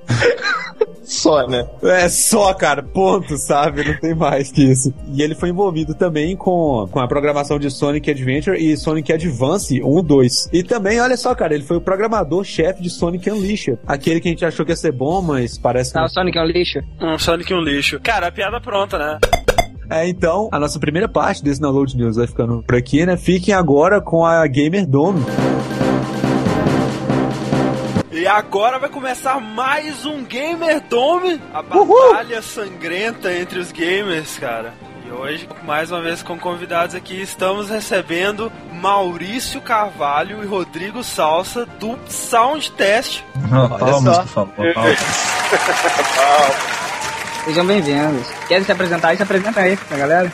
[SPEAKER 4] Só, né?
[SPEAKER 1] É só, cara, ponto, sabe? Não tem mais que isso. E ele foi envolvido também com, com a programação de Sonic Adventure e Sonic Advance 1 e 2. E também, olha só, cara, ele foi o programador-chefe de Sonic Unleashed. Aquele que a gente achou que ia ser bom, mas parece que
[SPEAKER 5] Ah,
[SPEAKER 1] não
[SPEAKER 5] o Sonic é um lixo.
[SPEAKER 2] Um Sonic e um lixo. Cara, a piada pronta, né?
[SPEAKER 1] É, então, a nossa primeira parte desse Download News vai ficando por aqui, né? Fiquem agora com a Gamer Dome.
[SPEAKER 2] E agora vai começar mais um Gamer Dome, a batalha sangrenta entre os gamers, cara. E hoje, mais uma vez com convidados aqui, estamos recebendo Maurício Carvalho e Rodrigo Salsa do Sound Test.
[SPEAKER 6] (laughs) Palmas, por favor. palmas.
[SPEAKER 5] Sejam bem-vindos. Querem se apresentar aí? Se apresenta aí pra galera.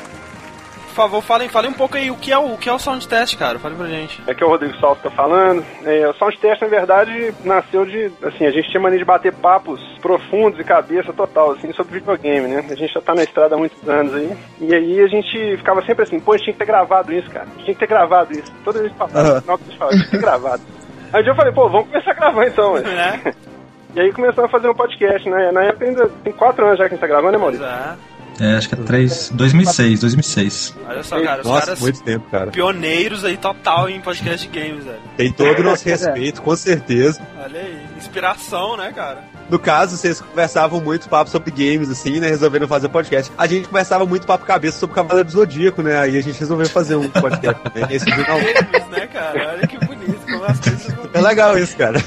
[SPEAKER 2] Por favor, falem, falem um pouco aí o que é o, o que é o Sound Test, cara. Falem pra gente.
[SPEAKER 7] Aqui é o Rodrigo Salto tá falando. É, o Soundtest, na verdade, nasceu de. Assim, a gente tinha mania de bater papos profundos e cabeça total, assim, sobre videogame, né? A gente já tá na estrada há muitos anos aí. E aí a gente ficava sempre assim, pô, a gente tinha que ter gravado isso, cara. A gente tinha que ter gravado isso. Toda vez que passava, no final que a gente falava, tinha que ter gravado. Aí um dia eu falei, pô, vamos começar a gravar então, ué.
[SPEAKER 2] (laughs) Né?
[SPEAKER 7] E aí começamos a fazer um podcast, né? Na época ainda tem quatro anos já que a gente tá gravando, né,
[SPEAKER 2] Pois
[SPEAKER 7] Maurício?
[SPEAKER 2] é.
[SPEAKER 6] É, acho que é 3. 2006, 2006.
[SPEAKER 2] Olha só, cara, os
[SPEAKER 1] Nossa,
[SPEAKER 2] caras
[SPEAKER 1] muito tempo, cara.
[SPEAKER 2] pioneiros aí total em podcast de games, velho.
[SPEAKER 1] Tem todo o nosso respeito, com certeza.
[SPEAKER 2] Olha aí, inspiração, né, cara?
[SPEAKER 1] No caso, vocês conversavam muito papo sobre games, assim, né? Resolveram fazer podcast. A gente conversava muito papo cabeça sobre Cavaleiro do Zodíaco, né? Aí a gente resolveu fazer um podcast
[SPEAKER 7] (laughs)
[SPEAKER 1] também. Esse final...
[SPEAKER 2] Games, né, cara? Olha que bonito, como as coisas vão
[SPEAKER 1] É legal isso, cara.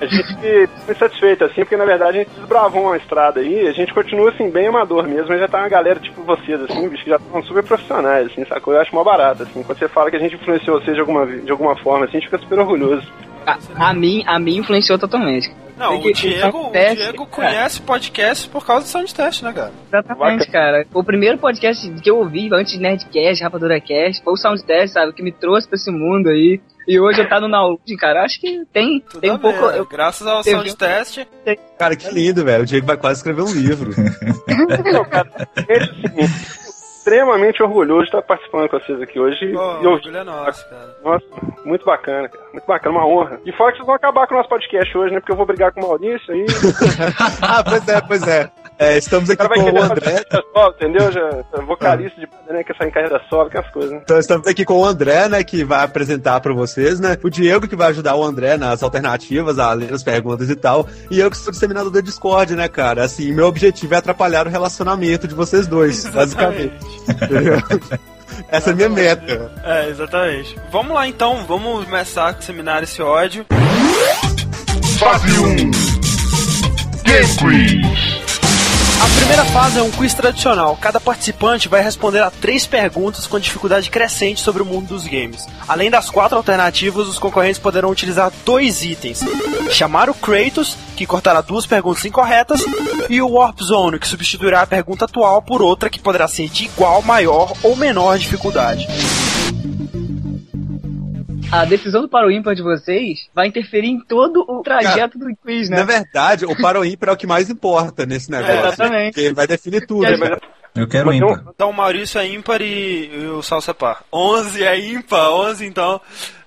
[SPEAKER 7] A gente ficou insatisfeito, assim, porque na verdade a gente desbravou uma estrada aí, a gente continua, assim, bem amador mesmo, mas já tá uma galera tipo vocês, assim, bicho, que já são super profissionais, assim, sacou? Eu acho mó barato, assim, quando você fala que a gente influenciou vocês de alguma, vi- de alguma forma, assim, a gente fica super orgulhoso.
[SPEAKER 5] a, a mim, a mim influenciou totalmente.
[SPEAKER 2] Não,
[SPEAKER 5] Porque
[SPEAKER 2] o
[SPEAKER 5] o
[SPEAKER 2] Diego, o
[SPEAKER 5] soundtest,
[SPEAKER 2] Diego
[SPEAKER 5] cara.
[SPEAKER 2] conhece podcast por causa do soundtest, né, cara?
[SPEAKER 5] Exatamente, cara. O primeiro podcast que eu ouvi antes de Nerdcast, RapaduraCast, foi o Soundtest, sabe? Que me trouxe pra esse mundo aí. E hoje eu tá no download, cara. Acho que tem,
[SPEAKER 2] Tudo
[SPEAKER 5] tem
[SPEAKER 2] a
[SPEAKER 5] um pouco.
[SPEAKER 2] ver.
[SPEAKER 5] eu-
[SPEAKER 2] Graças ao
[SPEAKER 5] teve- um
[SPEAKER 2] soundtest,
[SPEAKER 1] Cara, que lindo, velho. O Diego vai quase escrever um
[SPEAKER 7] (laughs)
[SPEAKER 1] livro.
[SPEAKER 7] Não, cara, é o seguinte, extremamente orgulhoso de estar participando com vocês aqui hoje.
[SPEAKER 2] pô,
[SPEAKER 7] e eu,
[SPEAKER 2] orgulho
[SPEAKER 5] um
[SPEAKER 2] é nosso, cara.
[SPEAKER 7] nossa, muito bacana, cara. Muito bacana, uma honra. E fora que vocês vão acabar com o nosso podcast hoje, né? Porque eu vou brigar com o Maurício aí. O
[SPEAKER 1] ah, pois é, pois é. É, estamos aqui
[SPEAKER 7] cara vai
[SPEAKER 1] com
[SPEAKER 7] querer
[SPEAKER 1] o
[SPEAKER 7] fazer
[SPEAKER 1] André.
[SPEAKER 7] carreira solo, é entendeu? Já, já vocalista de banda, né? Quer sair em carreira solo, que as coisas, né?
[SPEAKER 1] Então estamos aqui com o André, né, que vai apresentar pra vocês, né? O Diego que vai ajudar o André nas alternativas, a ler as perguntas e tal. E eu que sou disseminador da Discord, né, cara? Assim, meu objetivo é atrapalhar o relacionamento de vocês
[SPEAKER 5] (laughs)
[SPEAKER 1] dois, basicamente. Entendeu? Essa é a minha meta.
[SPEAKER 2] É, exatamente. Vamos lá então, vamos começar a disseminar esse ódio. A primeira fase é um quiz tradicional. Cada participante vai responder a três perguntas com dificuldade crescente sobre o mundo dos games. Além das quatro alternativas, os concorrentes poderão utilizar dois itens: chamar o Kratos, que cortará duas perguntas incorretas, e o Warp Zone, que substituirá a pergunta atual por outra que poderá ser de igual, maior ou menor dificuldade.
[SPEAKER 5] A decisão do Paro Ímpar de vocês vai interferir em todo o trajeto do quiz,
[SPEAKER 1] Na
[SPEAKER 5] né?
[SPEAKER 1] verdade, o para o ímpar é o que mais importa nesse negócio. né?
[SPEAKER 5] exatamente.
[SPEAKER 1] Porque ele vai definir tudo.
[SPEAKER 5] É,
[SPEAKER 1] né?
[SPEAKER 6] Eu quero ímpar.
[SPEAKER 2] Então o Maurício é ímpar e, e o Salsa é par. 11 é ímpar, 11 então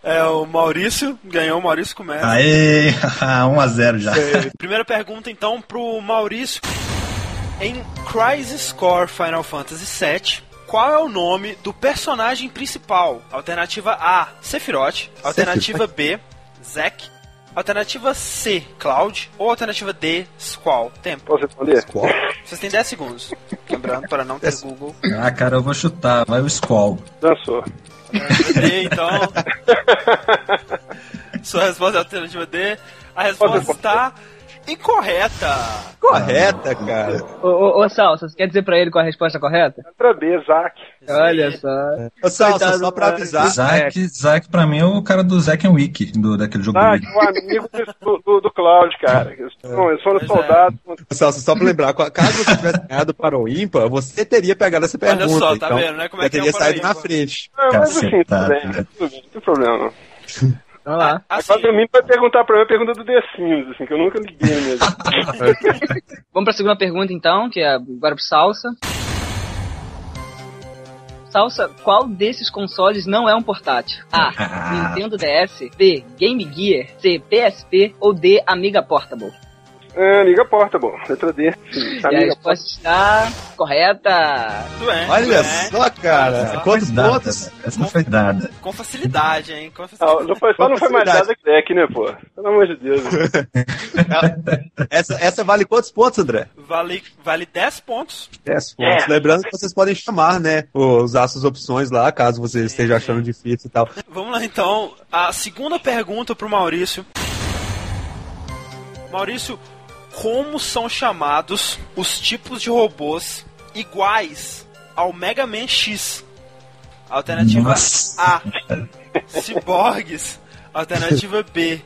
[SPEAKER 2] é o Maurício, ganhou o Maurício começa.
[SPEAKER 6] Ah, Aê! (laughs) 1x0 já.
[SPEAKER 2] Primeira pergunta então pro Maurício. Em Crisis Core Final Fantasy VII, qual é o nome do personagem principal? Alternativa A, Sephiroth. Alternativa B, Zack. Alternativa C, Cloud. Ou alternativa D, Squall. Tempo.
[SPEAKER 7] Posso responder?
[SPEAKER 1] Qual?
[SPEAKER 2] Vocês têm 10 segundos. Lembrando, para não ter Google.
[SPEAKER 6] Ah, cara, eu vou chutar. Vai o Squall.
[SPEAKER 7] Dançou.
[SPEAKER 2] D, então. (laughs) Sua resposta é alternativa D. A resposta está incorreta.
[SPEAKER 1] Correta, cara.
[SPEAKER 5] Ô, ô, ô, Salsa, você quer dizer pra ele qual é a resposta correta?
[SPEAKER 7] Letra B, Zac.
[SPEAKER 5] Olha só.
[SPEAKER 1] Ô, Salsa,
[SPEAKER 5] Coitado
[SPEAKER 1] só
[SPEAKER 5] do
[SPEAKER 1] pra
[SPEAKER 5] Maurício.
[SPEAKER 1] avisar,
[SPEAKER 6] Zack, Zack, pra mim, é o cara do Zack and Wick, do, daquele jogo do
[SPEAKER 7] Zac,
[SPEAKER 6] Wii.
[SPEAKER 7] o Ah, um amigo do, do, do Cláudio, cara. Eles foram, eles foram
[SPEAKER 2] Pois é.
[SPEAKER 7] soldados. Ah,
[SPEAKER 1] Ô, Celso, só pra lembrar, (laughs) caso você tivesse ganhado para o ímpar, você teria pegado essa
[SPEAKER 2] Olha
[SPEAKER 1] pergunta.
[SPEAKER 2] só, tá
[SPEAKER 1] então,
[SPEAKER 2] vendo, né? Como é
[SPEAKER 1] já
[SPEAKER 2] que é
[SPEAKER 1] teria
[SPEAKER 2] o para o
[SPEAKER 1] saído na
[SPEAKER 2] ímpar.
[SPEAKER 1] frente.
[SPEAKER 7] Ah, mas assim, tudo
[SPEAKER 6] Cacetada.
[SPEAKER 7] bem, tudo bem, não tem problema não.
[SPEAKER 5] Vamos lá.
[SPEAKER 2] Assim,
[SPEAKER 7] Agora o mínimo vai perguntar pra mim a pergunta do The Sims, assim, que eu nunca liguei
[SPEAKER 2] (laughs)
[SPEAKER 7] mesmo.
[SPEAKER 5] Vamos pra segunda pergunta, então, que é agora pro Salsa. Salsa, qual desses consoles não é um portátil? A. Nintendo DS. B. Game Gear. C. PSP. Ou D. Amiga Portable.
[SPEAKER 7] ah, liga a porta, bom. Letra D. Sim,
[SPEAKER 5] e a
[SPEAKER 7] Amiga,
[SPEAKER 5] resposta está correta.
[SPEAKER 2] tudo é,
[SPEAKER 1] Olha
[SPEAKER 2] tudo é.
[SPEAKER 1] só, cara.
[SPEAKER 2] Só
[SPEAKER 1] Quantos
[SPEAKER 6] Dada,
[SPEAKER 1] pontos?
[SPEAKER 6] velho. Essa foi dada.
[SPEAKER 2] Com facilidade, hein? Com
[SPEAKER 7] Ah,
[SPEAKER 2] facilidade.
[SPEAKER 7] não foi, só
[SPEAKER 2] é
[SPEAKER 7] não foi mais
[SPEAKER 1] Facilidade.
[SPEAKER 7] nada que deck, né, pô? Pelo amor de Deus.
[SPEAKER 1] Essa, essa vale quantos pontos, André?
[SPEAKER 2] Vale, vale 10 pontos.
[SPEAKER 6] É,
[SPEAKER 1] 10
[SPEAKER 2] é.
[SPEAKER 1] pontos. Lembrando que vocês podem chamar, né? Usar suas opções lá, caso
[SPEAKER 2] É.
[SPEAKER 1] você esteja achando difícil e tal.
[SPEAKER 2] Vamos lá então. A segunda pergunta pro Maurício. Maurício, como são chamados os tipos de robôs iguais ao Mega Man X? Alternativa
[SPEAKER 6] Nossa.
[SPEAKER 2] A. Ciborgues. Alternativa B.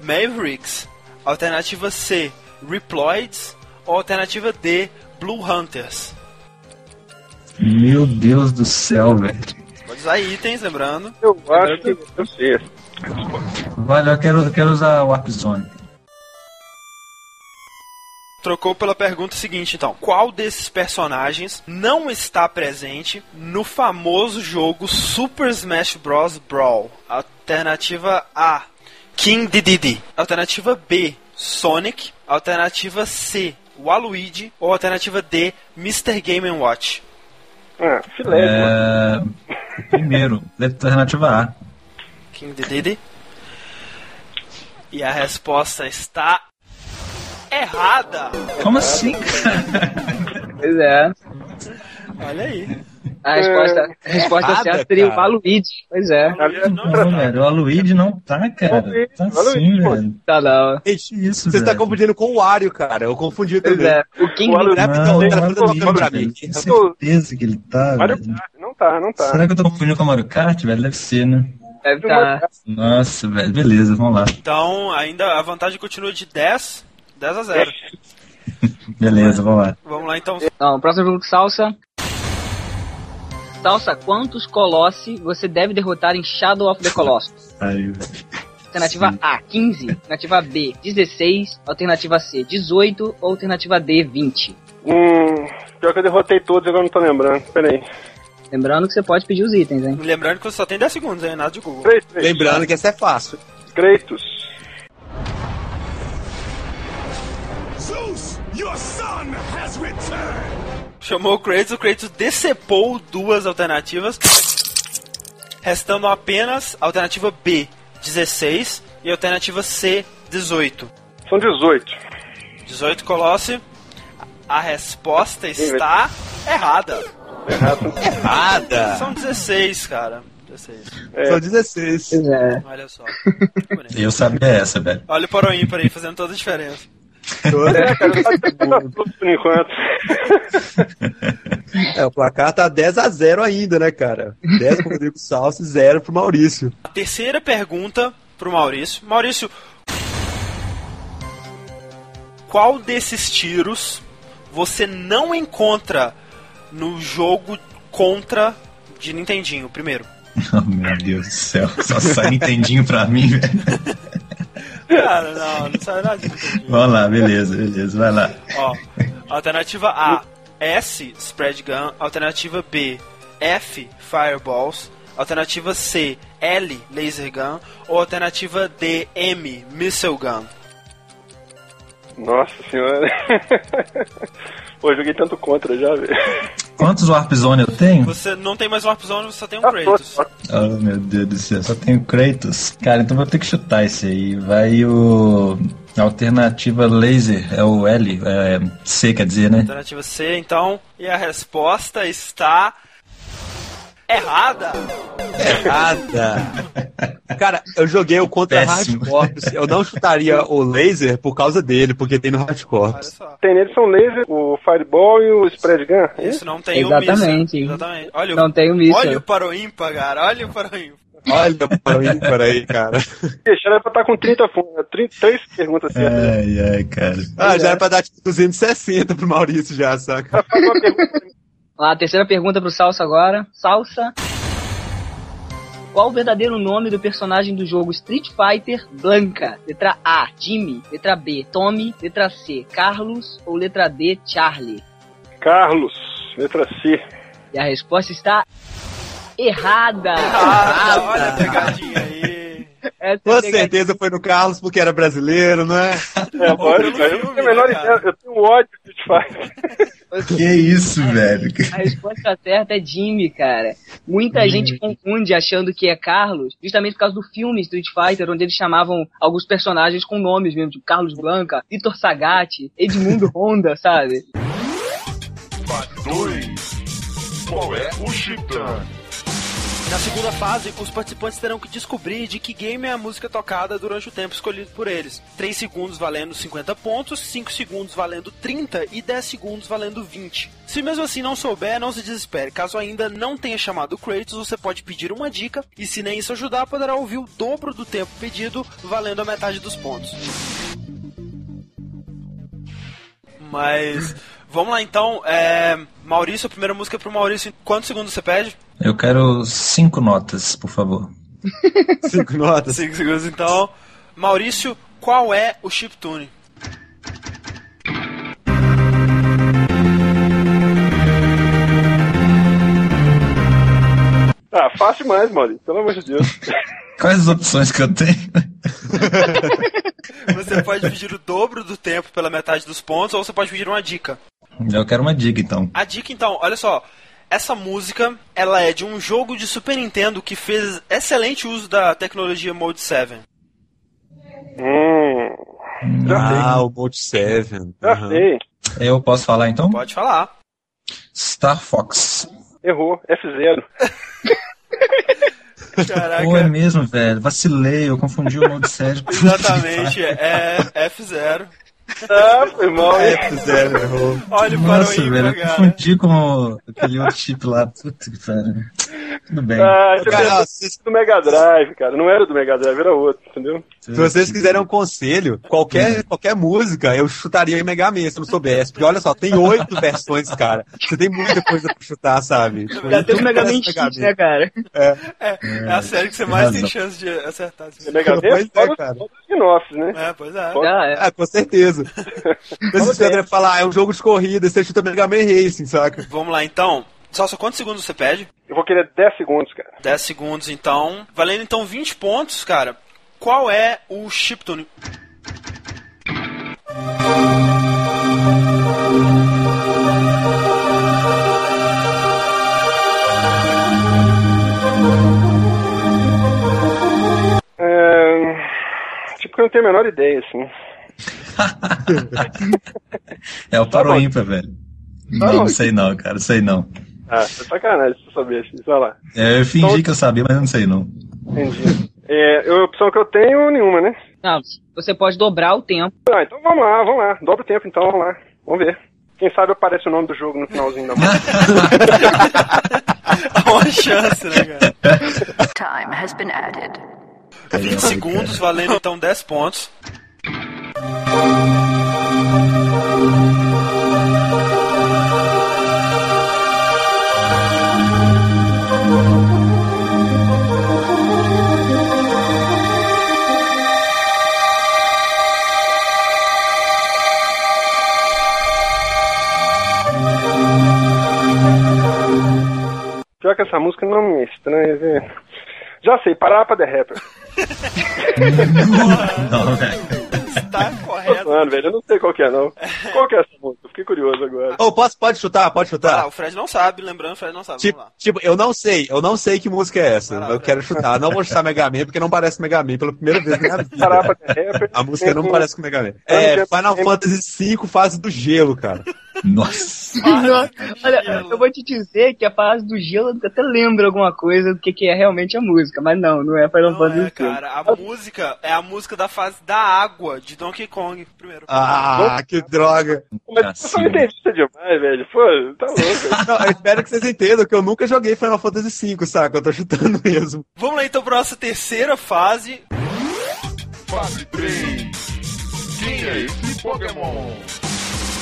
[SPEAKER 2] Mavericks. Alternativa C. Reploids. Ou alternativa D. Blue Hunters.
[SPEAKER 6] Meu Deus do céu, velho.
[SPEAKER 2] Pode usar itens, lembrando.
[SPEAKER 7] Eu acho que eu sei.
[SPEAKER 6] Vale, eu quero, eu quero usar o Warp Zone.
[SPEAKER 2] Trocou pela pergunta seguinte, então. Qual desses personagens não está presente no famoso jogo Super Smash Bros. Brawl? Alternativa A. King Dedede. Alternativa B. Sonic. Alternativa C. Waluigi. Ou alternativa D. Mr. Game Watch.
[SPEAKER 7] Ah, filé, pô.
[SPEAKER 6] É... Primeiro, alternativa A.
[SPEAKER 2] King Dedede. E a resposta está errada.
[SPEAKER 6] Como assim, cara?
[SPEAKER 5] Pois é.
[SPEAKER 2] Olha aí.
[SPEAKER 5] A resposta, a resposta
[SPEAKER 1] Errada,
[SPEAKER 5] certa seria o
[SPEAKER 1] cara.
[SPEAKER 5] Valuigi. Pois é.
[SPEAKER 6] Não, velho, o Aloyd não tá, cara.
[SPEAKER 7] Aloyd,
[SPEAKER 6] Tá
[SPEAKER 7] Aloyd,
[SPEAKER 6] sim,
[SPEAKER 7] pô.
[SPEAKER 6] velho.
[SPEAKER 5] Tá não.
[SPEAKER 1] Gente,
[SPEAKER 6] Isso,
[SPEAKER 1] Você tá
[SPEAKER 6] velho.
[SPEAKER 1] confundindo com o Wario, cara. Eu confundi
[SPEAKER 5] Pois
[SPEAKER 1] também.
[SPEAKER 5] é. O King
[SPEAKER 7] O Alu-
[SPEAKER 1] Né?
[SPEAKER 6] Não, é
[SPEAKER 1] Então,
[SPEAKER 6] o
[SPEAKER 1] tá
[SPEAKER 6] Aloyd,
[SPEAKER 1] perguntando pra
[SPEAKER 6] velho.
[SPEAKER 1] mim.
[SPEAKER 6] Tenho certeza que ele tá,
[SPEAKER 7] Mario
[SPEAKER 6] velho.
[SPEAKER 7] Kart. Não tá, não tá.
[SPEAKER 6] Será que eu tô confundindo com o Mario Kart, velho? Deve ser, né?
[SPEAKER 2] Tá.
[SPEAKER 5] Deve tá. estar.
[SPEAKER 6] Nossa, velho, beleza, vamos lá.
[SPEAKER 2] Então, ainda a vantagem continua de 10, 10 a 0.
[SPEAKER 6] Beleza, vamos lá.
[SPEAKER 2] Vamos lá então.
[SPEAKER 5] Não, próximo jogo de salsa. Salsa, quantos Colossi você deve derrotar em Shadow of the Colossus?
[SPEAKER 6] Aí, velho.
[SPEAKER 5] Alternativa A, 15. Alternativa B, 16. Alternativa C, 18. Ou alternativa D, 20.
[SPEAKER 7] Hum, pior que eu derrotei todos, agora não tô lembrando. Peraí.
[SPEAKER 5] Lembrando que você pode pedir os itens, hein?
[SPEAKER 2] Lembrando que você só tem 10 segundos, hein? Nada de Google.
[SPEAKER 7] Três, três.
[SPEAKER 1] Lembrando que essa é fácil.
[SPEAKER 7] Kratos.
[SPEAKER 2] Chamou o Kratos, o Kratos decepou duas alternativas, restando apenas a alternativa B, 16, e a alternativa C, 18.
[SPEAKER 7] São 18.
[SPEAKER 2] 18 Colossi, a resposta está errada.
[SPEAKER 1] Errada!
[SPEAKER 2] São 16, cara. 16.
[SPEAKER 7] É.
[SPEAKER 1] São 16.
[SPEAKER 5] Pois é.
[SPEAKER 2] Olha só. Que bonito.
[SPEAKER 6] Eu sabia essa, velho. (laughs)
[SPEAKER 2] Olha o Poro ímpar aí, fazendo toda a diferença.
[SPEAKER 7] É, cara, eu tava (laughs) tudo por enquanto.
[SPEAKER 1] É, o placar tá 10 a 0 ainda, né,
[SPEAKER 6] (laughs)
[SPEAKER 1] cara? 10 pro Rodrigo Salsi, 0 pro Maurício.
[SPEAKER 2] A terceira pergunta pro Maurício. Maurício, qual desses tiros você não encontra no jogo contra de Nintendinho, primeiro?
[SPEAKER 6] Oh, meu Deus do céu, só sai Nintendinho pra mim, velho.
[SPEAKER 2] Cara, não, não sabe nada de Nintendinho.
[SPEAKER 6] Vamos lá, beleza, beleza, vai lá.
[SPEAKER 2] Ó, alternativa A, S, Spread Gun. Alternativa B, F, Fireballs. Alternativa C, L, Laser Gun. Ou alternativa D, M, Missile Gun.
[SPEAKER 7] Nossa senhora. (laughs) Pô, eu joguei tanto contra já, velho.
[SPEAKER 6] Quantos Warp Zone eu tenho?
[SPEAKER 2] Você não tem mais Warp Zone, você só tem um
[SPEAKER 7] Tá
[SPEAKER 2] Kratos.
[SPEAKER 7] todo-
[SPEAKER 6] Oh, meu Deus do céu, só tenho Kratos. Cara, então vou ter que chutar esse aí. Vai o. a Alternativa laser, é o L, é C, quer dizer, né?
[SPEAKER 2] Alternativa C, então. E a resposta está. Errada!
[SPEAKER 1] Errada! Cara, eu joguei o contra
[SPEAKER 6] Péssimo.
[SPEAKER 1] Hard Corps. Eu não chutaria o laser por causa dele, porque tem no Hard
[SPEAKER 2] Olha
[SPEAKER 1] Corps.
[SPEAKER 2] só.
[SPEAKER 7] Tem nele são laser, o Fireball e o Spread Gun. é Isso?
[SPEAKER 2] Isso não tem o
[SPEAKER 5] Exatamente.
[SPEAKER 2] míssil. Exatamente. Olha, o-
[SPEAKER 5] Não tem o
[SPEAKER 2] olha o
[SPEAKER 5] míssil.
[SPEAKER 2] paroímpa, cara. Olha o paroímpa.
[SPEAKER 1] Olha para mim, peraí, cara.
[SPEAKER 7] Deixa era pra estar tá com 30 fundos, 3 perguntas certas.
[SPEAKER 6] Ai, ai, cara.
[SPEAKER 1] Ah, já era pra dar tipo 260 pro Maurício já, saca?
[SPEAKER 7] Faz uma pergunta pra mim.
[SPEAKER 5] Vamos lá, terceira pergunta pro Salsa agora. Salsa. Qual o verdadeiro nome do personagem do jogo Street Fighter Blanca? Letra A, Jimmy. Letra B, Tommy. Letra C, Carlos. Ou letra D, Charlie?
[SPEAKER 7] Carlos, letra C.
[SPEAKER 5] E a resposta está errada.
[SPEAKER 2] Ah, olha a pegadinha aí.
[SPEAKER 5] Essa
[SPEAKER 1] Com
[SPEAKER 5] é a
[SPEAKER 1] certeza foi no Carlos porque era brasileiro, não é?
[SPEAKER 7] É, lógico,
[SPEAKER 2] pelo
[SPEAKER 7] eu não
[SPEAKER 2] filme,
[SPEAKER 7] tenho a menor
[SPEAKER 2] né,
[SPEAKER 7] ideia, eu tenho ódio que te faz.
[SPEAKER 6] Que isso, velho?
[SPEAKER 5] A resposta certa é Jimmy, cara. Muita gente confunde achando que é Carlos, justamente por causa do filme Street Fighter, onde eles chamavam alguns personagens com nomes mesmo, tipo Carlos Blanca, Vitor Sagatti, Edmundo Honda, sabe?
[SPEAKER 2] Na segunda fase, os participantes terão que descobrir de que game é a música tocada durante o tempo escolhido por eles. 3 segundos valendo 50 pontos, 5 segundos valendo 30 e 10 segundos valendo 20. Se mesmo assim não souber, não se desespere. Caso ainda não tenha chamado o Kratos, você pode pedir uma dica e se nem isso ajudar, poderá ouvir o dobro do tempo pedido, valendo a metade dos pontos. Mas vamos lá então, é... Maurício, a primeira música é pro Maurício. Quantos segundos você pede?
[SPEAKER 6] Eu quero cinco notas, por favor.
[SPEAKER 1] Cinco notas.
[SPEAKER 2] 5 segundos então. Maurício, qual é o chiptune?
[SPEAKER 7] Ah, fácil demais, Maurício, pelo amor de Deus.
[SPEAKER 6] Quais as opções que eu tenho?
[SPEAKER 2] Você pode pedir o dobro do tempo pela metade dos pontos ou você pode pedir uma dica.
[SPEAKER 6] Eu quero uma dica, então.
[SPEAKER 2] A dica então, olha só. Essa música, ela é de um jogo de Super Nintendo que fez excelente uso da tecnologia Mode 7.
[SPEAKER 7] Hum,
[SPEAKER 1] Ah, o Mode 7.
[SPEAKER 7] já sei.
[SPEAKER 6] Eu posso falar, então?
[SPEAKER 2] Pode falar.
[SPEAKER 6] Star Fox.
[SPEAKER 7] Errou, F0.
[SPEAKER 6] Pô, é
[SPEAKER 2] (laughs) Caraca.
[SPEAKER 6] mesmo, velho. Vacilei, eu confundi o modo sério.
[SPEAKER 2] Exatamente, é F0.
[SPEAKER 7] Ah, foi mal, hein?
[SPEAKER 6] É, zero, errou.
[SPEAKER 2] Olha para o
[SPEAKER 6] Nossa, velho,
[SPEAKER 2] Ibra,
[SPEAKER 6] eu
[SPEAKER 2] cara.
[SPEAKER 6] confundi com aquele outro chip lá. Puta que pariu. Tudo bem.
[SPEAKER 7] Ah, você
[SPEAKER 1] Cara,
[SPEAKER 7] pensou
[SPEAKER 1] se,
[SPEAKER 7] do Mega Drive, cara. Não era do Mega Drive, era outro, entendeu?
[SPEAKER 1] se vocês quiserem um conselho, qualquer, qualquer música eu chutaria em Mega Man se eu não soubesse. Porque olha só, tem oito versões, cara. Você tem muita coisa pra chutar, sabe? Tipo,
[SPEAKER 5] Já teve
[SPEAKER 1] (laughs) tudo
[SPEAKER 5] Mega
[SPEAKER 1] parece
[SPEAKER 5] Man X, né, cara?
[SPEAKER 2] É, é a série que você mais tem
[SPEAKER 6] razão.
[SPEAKER 2] chance de acertar. assim.
[SPEAKER 7] É Mega
[SPEAKER 1] Pois
[SPEAKER 7] Drive?
[SPEAKER 1] é,
[SPEAKER 7] Só
[SPEAKER 1] cara.
[SPEAKER 7] os- só os spin-offs, né?
[SPEAKER 2] É, pois é.
[SPEAKER 5] Ah, é.
[SPEAKER 1] Ah, com certeza. Mas se o André falar, ah, é um jogo de corrida, você chuta Mega Man Racing, saca?
[SPEAKER 2] Vamos lá então. Salsa, quantos segundos você pede?
[SPEAKER 7] Eu vou querer 10 segundos, cara.
[SPEAKER 2] 10 segundos então. Valendo então 20 pontos, cara. Qual é o (laughs) chiptune?
[SPEAKER 7] É... Tipo que eu não tenho a menor ideia, assim.
[SPEAKER 6] É o Paro Ímpar, velho.
[SPEAKER 1] Tá
[SPEAKER 6] Não, não sei não, cara, sei não. É,
[SPEAKER 7] Ah, é sacanagem se eu saber, X. Olha lá.
[SPEAKER 6] Eu
[SPEAKER 1] Então-
[SPEAKER 6] fingi que eu sabia, mas eu não sei não.
[SPEAKER 7] Entendi. É, eu- a opção que eu tenho, nenhuma, né?
[SPEAKER 5] Não, você pode dobrar
[SPEAKER 1] (laughs)
[SPEAKER 5] o tempo.
[SPEAKER 7] Ah, então vamos lá, vamos lá. Dobra o tempo, então, vamos lá. Vamos ver. Quem sabe aparece o nome do jogo no finalzinho
[SPEAKER 1] (laughs)
[SPEAKER 7] da música.
[SPEAKER 2] Há Tá uma chance, né, cara?
[SPEAKER 8] Time has been added.
[SPEAKER 1] Tá
[SPEAKER 2] 20 segundos, valendo então 10 pontos.
[SPEAKER 7] Pior que essa música não me é estranha, velho. Já sei, parar pra The Rapper.
[SPEAKER 6] (laughs) Não, velho.
[SPEAKER 2] Tá correto.
[SPEAKER 7] Mano, velho, eu não sei qual que é, não. Qual que é essa música? Eu Fiquei curioso agora.
[SPEAKER 1] Ô, posso, pode chutar, pode
[SPEAKER 2] Ah,
[SPEAKER 1] chutar.
[SPEAKER 2] o Fred não sabe, lembrando, o Fred não sabe.
[SPEAKER 1] Tipo,
[SPEAKER 2] Vamos lá.
[SPEAKER 1] tipo, eu não sei, eu não sei que música é essa.
[SPEAKER 2] Vai lá,
[SPEAKER 1] eu
[SPEAKER 2] vai.
[SPEAKER 1] quero chutar. Não vou chutar Mega Man porque não parece Mega Man pela primeira vez na minha
[SPEAKER 7] Parar pra
[SPEAKER 1] vida.
[SPEAKER 7] The Rapper.
[SPEAKER 1] (laughs) A música não
[SPEAKER 7] Tem-
[SPEAKER 1] parece com Mega Man.
[SPEAKER 7] Eu
[SPEAKER 1] É
[SPEAKER 7] não sei-
[SPEAKER 1] Final Fantasy V, fase do gelo, cara.
[SPEAKER 6] Nossa.
[SPEAKER 5] Olha, eu vou te dizer que a fase do gelo até lembra alguma coisa do que, que é realmente a música, mas não, não é Final
[SPEAKER 2] Não
[SPEAKER 5] Fantasy
[SPEAKER 2] é,
[SPEAKER 5] VI.
[SPEAKER 2] cara. A música é a música da fase da água de Donkey Kong, primeiro.
[SPEAKER 1] Ah, que droga.
[SPEAKER 7] um- Mas você não
[SPEAKER 6] Cacilda.
[SPEAKER 7] entende isso demais, velho. Pô, tá louco.
[SPEAKER 1] Não, eu espero que vocês entendam que eu nunca joguei Final Fantasy V, saca? Eu tô chutando mesmo.
[SPEAKER 2] Vamos lá então pra nossa terceira fase.
[SPEAKER 9] Fase 3. Quem é esse Pokémon?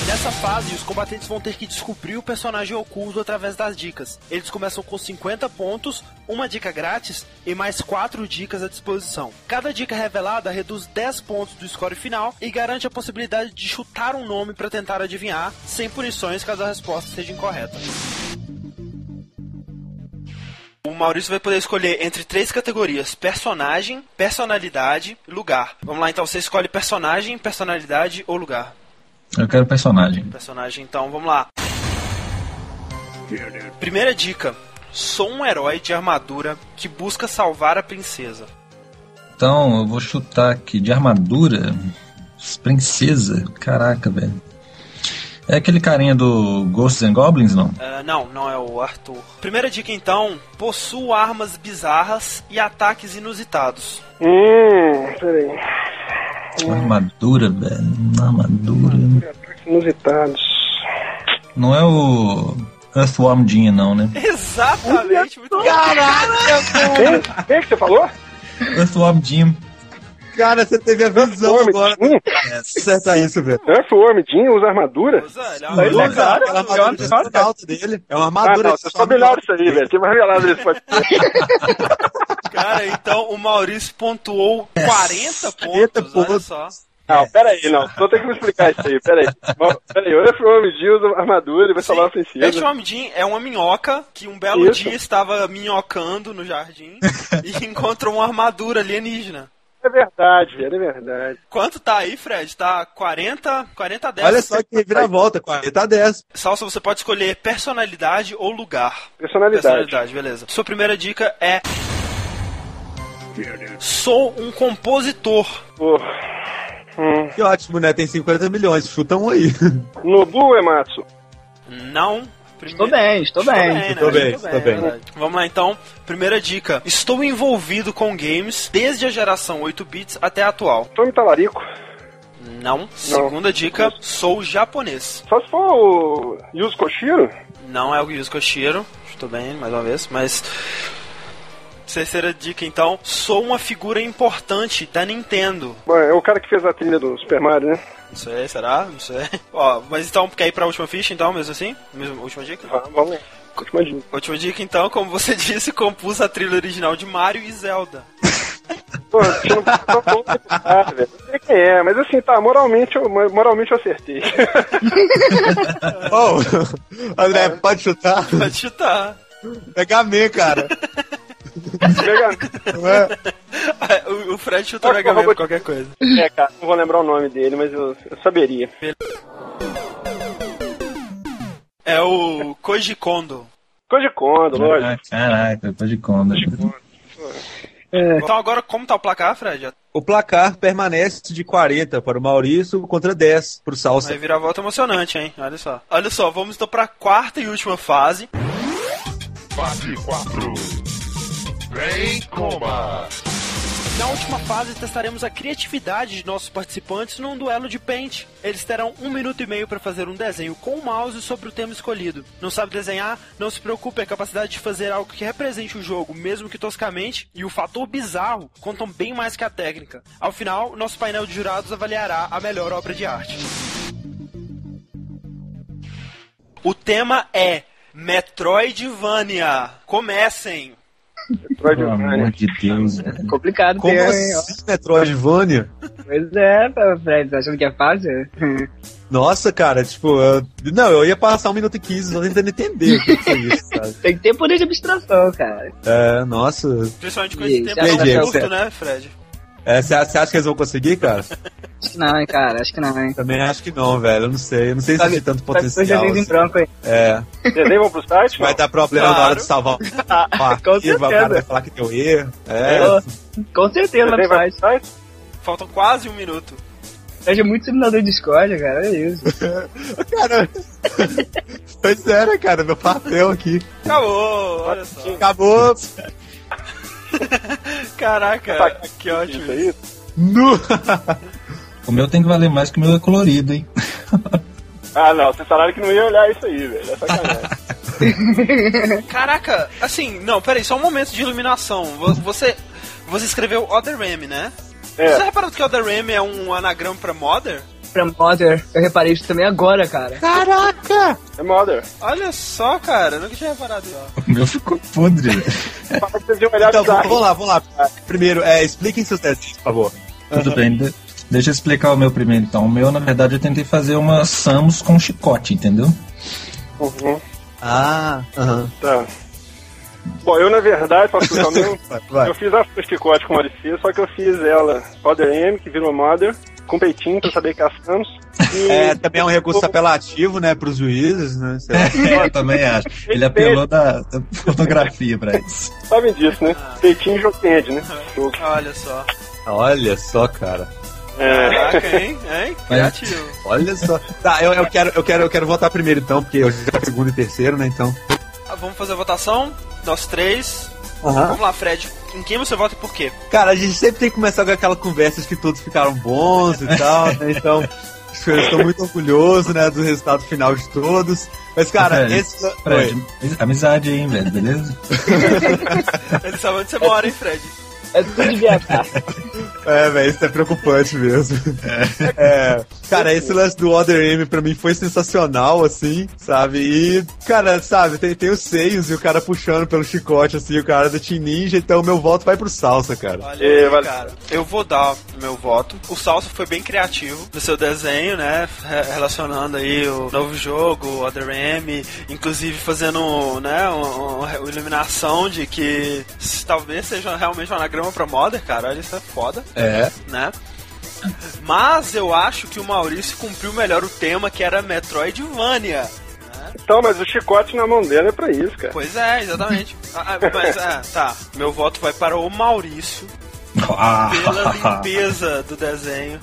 [SPEAKER 2] Nessa fase, os combatentes vão ter que descobrir o personagem oculto através das dicas. Eles começam com 50 pontos, uma dica grátis e mais 4 dicas à disposição. Cada dica revelada reduz 10 pontos do score final e garante a possibilidade de chutar um nome para tentar adivinhar, sem punições caso a resposta seja incorreta. O Maurício vai poder escolher entre três categorias: personagem, personalidade e lugar. Vamos lá então, você escolhe personagem, personalidade ou lugar.
[SPEAKER 6] Eu quero personagem.
[SPEAKER 2] Personagem, então, vamos lá. Primeira dica: sou um herói de armadura que busca salvar a princesa.
[SPEAKER 6] Então, eu vou chutar aqui de armadura. Princesa. Caraca, velho. É aquele carinha do Ghosts and Goblins, não?
[SPEAKER 2] Ah, não, não é o Arthur. Primeira dica, então: possuo armas bizarras e ataques inusitados. (laughs)
[SPEAKER 7] Hum, peraí.
[SPEAKER 6] Armadura, velho. Armadura.
[SPEAKER 7] Inusitados.
[SPEAKER 6] Não é o Earthworm Jim, não, né?
[SPEAKER 2] Exatamente, muito bom.
[SPEAKER 7] Quem? Quem é que você falou?
[SPEAKER 6] Earthworm Jim.
[SPEAKER 1] Cara, você teve a visão agora.
[SPEAKER 7] Hum,
[SPEAKER 1] Acerta isso, velho.
[SPEAKER 7] Earthworm Jim usa armadura?
[SPEAKER 2] Olha,
[SPEAKER 6] Pois é,
[SPEAKER 5] cara,
[SPEAKER 1] Aquela
[SPEAKER 5] é
[SPEAKER 1] armadura
[SPEAKER 5] uma-
[SPEAKER 1] de astronauta dele. É uma
[SPEAKER 7] Ah,
[SPEAKER 1] armadura
[SPEAKER 7] não,
[SPEAKER 1] de
[SPEAKER 7] você só melhor isso aí, velho. Você vai revelar isso pode
[SPEAKER 2] Cara, então o Maurício
[SPEAKER 1] (laughs)
[SPEAKER 2] pontuou 40 pontos.
[SPEAKER 1] 40
[SPEAKER 2] Olha
[SPEAKER 1] É, pontos.
[SPEAKER 2] só.
[SPEAKER 7] Não, peraí, não. Só tem que me explicar isso aí, peraí. Bom, Peraí, olha pro homem de usa armadura, ele vai salvar a
[SPEAKER 2] Esse
[SPEAKER 7] princesa.
[SPEAKER 2] homem Jim é uma minhoca que um belo
[SPEAKER 7] Isso.
[SPEAKER 2] dia estava minhocando no
[SPEAKER 1] (laughs)
[SPEAKER 2] jardim e encontrou uma armadura alienígena.
[SPEAKER 7] É verdade, velho, é verdade.
[SPEAKER 2] Quanto tá aí, Fred? Tá 40, 40 a 10.
[SPEAKER 1] Olha só que reviravolta, 40 a 10.
[SPEAKER 2] Salsa, você pode escolher personalidade ou lugar.
[SPEAKER 7] Personalidade.
[SPEAKER 2] Personalidade, beleza. Sua primeira dica é... Sou um compositor.
[SPEAKER 7] Pô. Hum.
[SPEAKER 1] Que ótimo, né? Tem 50 milhões, chuta um aí.
[SPEAKER 7] Nobu Ematsu.
[SPEAKER 2] Não. Prime...
[SPEAKER 5] Estou bem, estou bem.
[SPEAKER 1] Estou bem,
[SPEAKER 2] Estou
[SPEAKER 1] estou bem.
[SPEAKER 2] é verdade. Vamos lá então. Primeira dica. Estou envolvido com games desde a geração 8 bits até a atual.
[SPEAKER 7] Tommy Talarico.
[SPEAKER 2] Não. Segunda dica, sou japonês.
[SPEAKER 7] Só se for o Yuzo Koshiro,
[SPEAKER 2] Não é o Yuzo Koshiro. Estou bem, mais uma vez, mas... Terceira dica, então. Sou uma figura importante da Nintendo.
[SPEAKER 7] bom, é o cara que fez a trilha do Super Mario, né?
[SPEAKER 2] Não sei, será? Não sei. (laughs) Ó, mas então, quer ir pra última ficha, então, mesmo assim? Mesmo, última dica?
[SPEAKER 7] Ah, Vamos lá. Última dica.
[SPEAKER 2] Última dica, então, como você (laughs) disse, compus a trilha original de Mario e Zelda.
[SPEAKER 7] Pô, você não tá bom pra falar, velho. Não sei quem é, mas assim, tá, moralmente eu, moralmente eu acertei.
[SPEAKER 1] Oh, André, pode chutar?
[SPEAKER 2] Pode chutar. (laughs)
[SPEAKER 1] Mega Man, cara. (laughs)
[SPEAKER 7] Mega
[SPEAKER 1] Não é?
[SPEAKER 2] O, o Fred chutou Mega Man por qualquer coisa.
[SPEAKER 7] É, cara, não vou lembrar o nome dele, mas eu, eu saberia.
[SPEAKER 2] É o Koji Kondo.
[SPEAKER 7] Coisa de Kondo, lógico.
[SPEAKER 6] Ah, Caraca, eu tô de conta.
[SPEAKER 2] Então agora, como tá o placar, Fred?
[SPEAKER 1] O placar permanece de 40 para o Maurício contra 10 para o
[SPEAKER 2] Vai
[SPEAKER 1] Salsa.
[SPEAKER 2] virar volta emocionante, hein? Olha só. Olha só, vamos então pra quarta e última fase.
[SPEAKER 9] Fase 4. Vem coma.
[SPEAKER 2] Na última fase, testaremos a criatividade de nossos participantes num duelo de pente. Eles terão um minuto e meio para fazer um desenho com o mouse sobre o tema escolhido. Não sabe desenhar? Não se preocupe, a capacidade de fazer algo que represente o jogo, mesmo que toscamente, e o fator bizarro contam bem mais que a técnica. Ao final, nosso painel de jurados avaliará a melhor obra de arte. O tema é Metroidvania. Comecem!
[SPEAKER 7] Metroid
[SPEAKER 6] Pelo amor
[SPEAKER 7] Prime.
[SPEAKER 6] de Deus, velho.
[SPEAKER 5] É Complicado,
[SPEAKER 1] Como
[SPEAKER 5] tem, hein, ó.
[SPEAKER 1] assim, Metroidvania?
[SPEAKER 5] Pois é, Fred, tá achando que é fácil?
[SPEAKER 1] Nossa, cara, tipo, eu- não, eu ia passar um minuto e 15, só tentando entender o que que foi isso,
[SPEAKER 5] (laughs)
[SPEAKER 1] sabe?
[SPEAKER 5] Tem que ter poder de abstração, cara.
[SPEAKER 1] É, nossa.
[SPEAKER 2] Principalmente com
[SPEAKER 5] E aí,
[SPEAKER 2] esse tempo
[SPEAKER 5] você
[SPEAKER 1] acha que é
[SPEAKER 2] tão curto,
[SPEAKER 1] certo?
[SPEAKER 2] né, Fred?
[SPEAKER 1] é, Você acha que eles vão conseguir, cara?
[SPEAKER 5] Acho que não, hein, cara, acho que não, hein.
[SPEAKER 1] Também acho que não, velho. Eu não sei. Eu não sei se
[SPEAKER 5] Sabe-
[SPEAKER 1] tem tanto
[SPEAKER 5] Só que foi
[SPEAKER 1] potencial.
[SPEAKER 5] desenho em
[SPEAKER 1] assim.
[SPEAKER 5] branco aí.
[SPEAKER 1] É.
[SPEAKER 7] Desenho, vamos pro site?
[SPEAKER 1] Vai dar problema na hora de salvar o arquivo, o cara vai falar que deu erro. É.
[SPEAKER 5] Com certeza,
[SPEAKER 7] Desenho, vai
[SPEAKER 5] rapaz.
[SPEAKER 7] pro site?
[SPEAKER 2] Faltam quase um minuto.
[SPEAKER 5] Seja muito simulador de escolha, cara, é isso.
[SPEAKER 1] Cara, foi sério, cara. Meu papel aqui.
[SPEAKER 2] Acabou, olha só.
[SPEAKER 1] Acabou.
[SPEAKER 7] Tá
[SPEAKER 2] Caraca, que ótimo.
[SPEAKER 7] Isso aí.
[SPEAKER 1] Nu.
[SPEAKER 6] O meu tem que valer mais que o meu é colorido, hein?
[SPEAKER 7] Ah, não, vocês falaram que não ia olhar isso aí, velho.
[SPEAKER 1] (laughs)
[SPEAKER 7] É sacanagem.
[SPEAKER 2] Caraca, assim, não, peraí, só um momento de iluminação. Vo- Você, você escreveu Other Ram, né? Você
[SPEAKER 7] É,
[SPEAKER 2] reparou que Other Ram é um anagrama pra Mother?
[SPEAKER 5] Pra Mother, eu reparei isso também agora,
[SPEAKER 1] (laughs)
[SPEAKER 5] cara.
[SPEAKER 1] Caraca.
[SPEAKER 7] é Mother.
[SPEAKER 2] Olha só, cara, eu nunca tinha reparado isso.
[SPEAKER 6] O meu ficou podre. velho.
[SPEAKER 7] Falaram que vocês iam olhar
[SPEAKER 1] Então,
[SPEAKER 7] isso aí.
[SPEAKER 1] vamos lá, vamos lá. Primeiro, é, expliquem seus testes, por favor.
[SPEAKER 6] Tudo bem, de- deixa eu explicar o meu primeiro então. O meu, na verdade, eu tentei fazer uma Samus com chicote, entendeu?
[SPEAKER 7] Uhum,
[SPEAKER 1] Ah, aham.
[SPEAKER 7] tá. Bom, eu na verdade, posso
[SPEAKER 1] (laughs)
[SPEAKER 7] explicar o meu?
[SPEAKER 1] Vai.
[SPEAKER 7] Eu fiz a Fusca Chicote com Mauricia, só que eu fiz ela Mother M, que virou Mother, com peitinho pra saber que caçamos. E
[SPEAKER 1] É, também é um recurso apelativo, né, pros juízes, né? sei lá.
[SPEAKER 6] Eu também acho. Ele apelou da, da fotografia pra isso.
[SPEAKER 7] sabem disso, né?
[SPEAKER 1] Ah.
[SPEAKER 7] Peitinho e Jokend, né? Jogo.
[SPEAKER 2] Olha só.
[SPEAKER 1] (laughs) Olha só, cara.
[SPEAKER 7] É,
[SPEAKER 2] Caraca, hein? Hein? Criativo.
[SPEAKER 1] Olha só. Tá, eu, eu quero, eu quero, eu quero votar primeiro então, porque eu já segundo e terceiro, né? Então.
[SPEAKER 2] Ah, vamos fazer a votação? Nós três. Vamos lá, Fred. Em quem você vota e por quê?
[SPEAKER 1] Cara, a gente sempre tem que começar com aquela conversa de que todos ficaram bons e tal, (laughs) né? Então, acho que eu estou muito orgulhoso, né, do resultado final de todos. Mas, cara,
[SPEAKER 6] Fred,
[SPEAKER 1] esse.
[SPEAKER 6] Fred,
[SPEAKER 1] Oi.
[SPEAKER 6] amizade aí, velho, beleza?
[SPEAKER 2] Ele sabe onde você mora, hein, Fred?
[SPEAKER 5] É tudo de BH.
[SPEAKER 1] É, velho, isso é preocupante mesmo. É. Cara, esse lance do Other M pra mim foi sensacional, assim, sabe? E, cara, sabe, tem, tem os seios e o cara puxando pelo chicote, assim, o cara do Team Ninja, então meu voto vai pro Salsa, cara.
[SPEAKER 2] Olha
[SPEAKER 7] É,
[SPEAKER 2] aí,
[SPEAKER 7] vale-
[SPEAKER 2] cara. Eu vou dar o meu voto. O Salsa foi bem criativo no seu desenho, né? Re- Relacionando aí o novo jogo, o Other M, inclusive fazendo, né, um- um- uma iluminação de que s- talvez seja realmente um anagrama pra Mother, cara. Olha, isso é foda,
[SPEAKER 1] É.
[SPEAKER 2] né? Mas eu acho que o Maurício cumpriu melhor o tema que era Metroidvania. né?
[SPEAKER 7] então, mas o chicote na mão dela é pra isso, cara.
[SPEAKER 2] Pois é, exatamente. Ah, ah, mas, ah, tá. Meu voto vai para o Maurício
[SPEAKER 6] (laughs)
[SPEAKER 2] pela
[SPEAKER 6] Ah,
[SPEAKER 2] limpeza do desenho.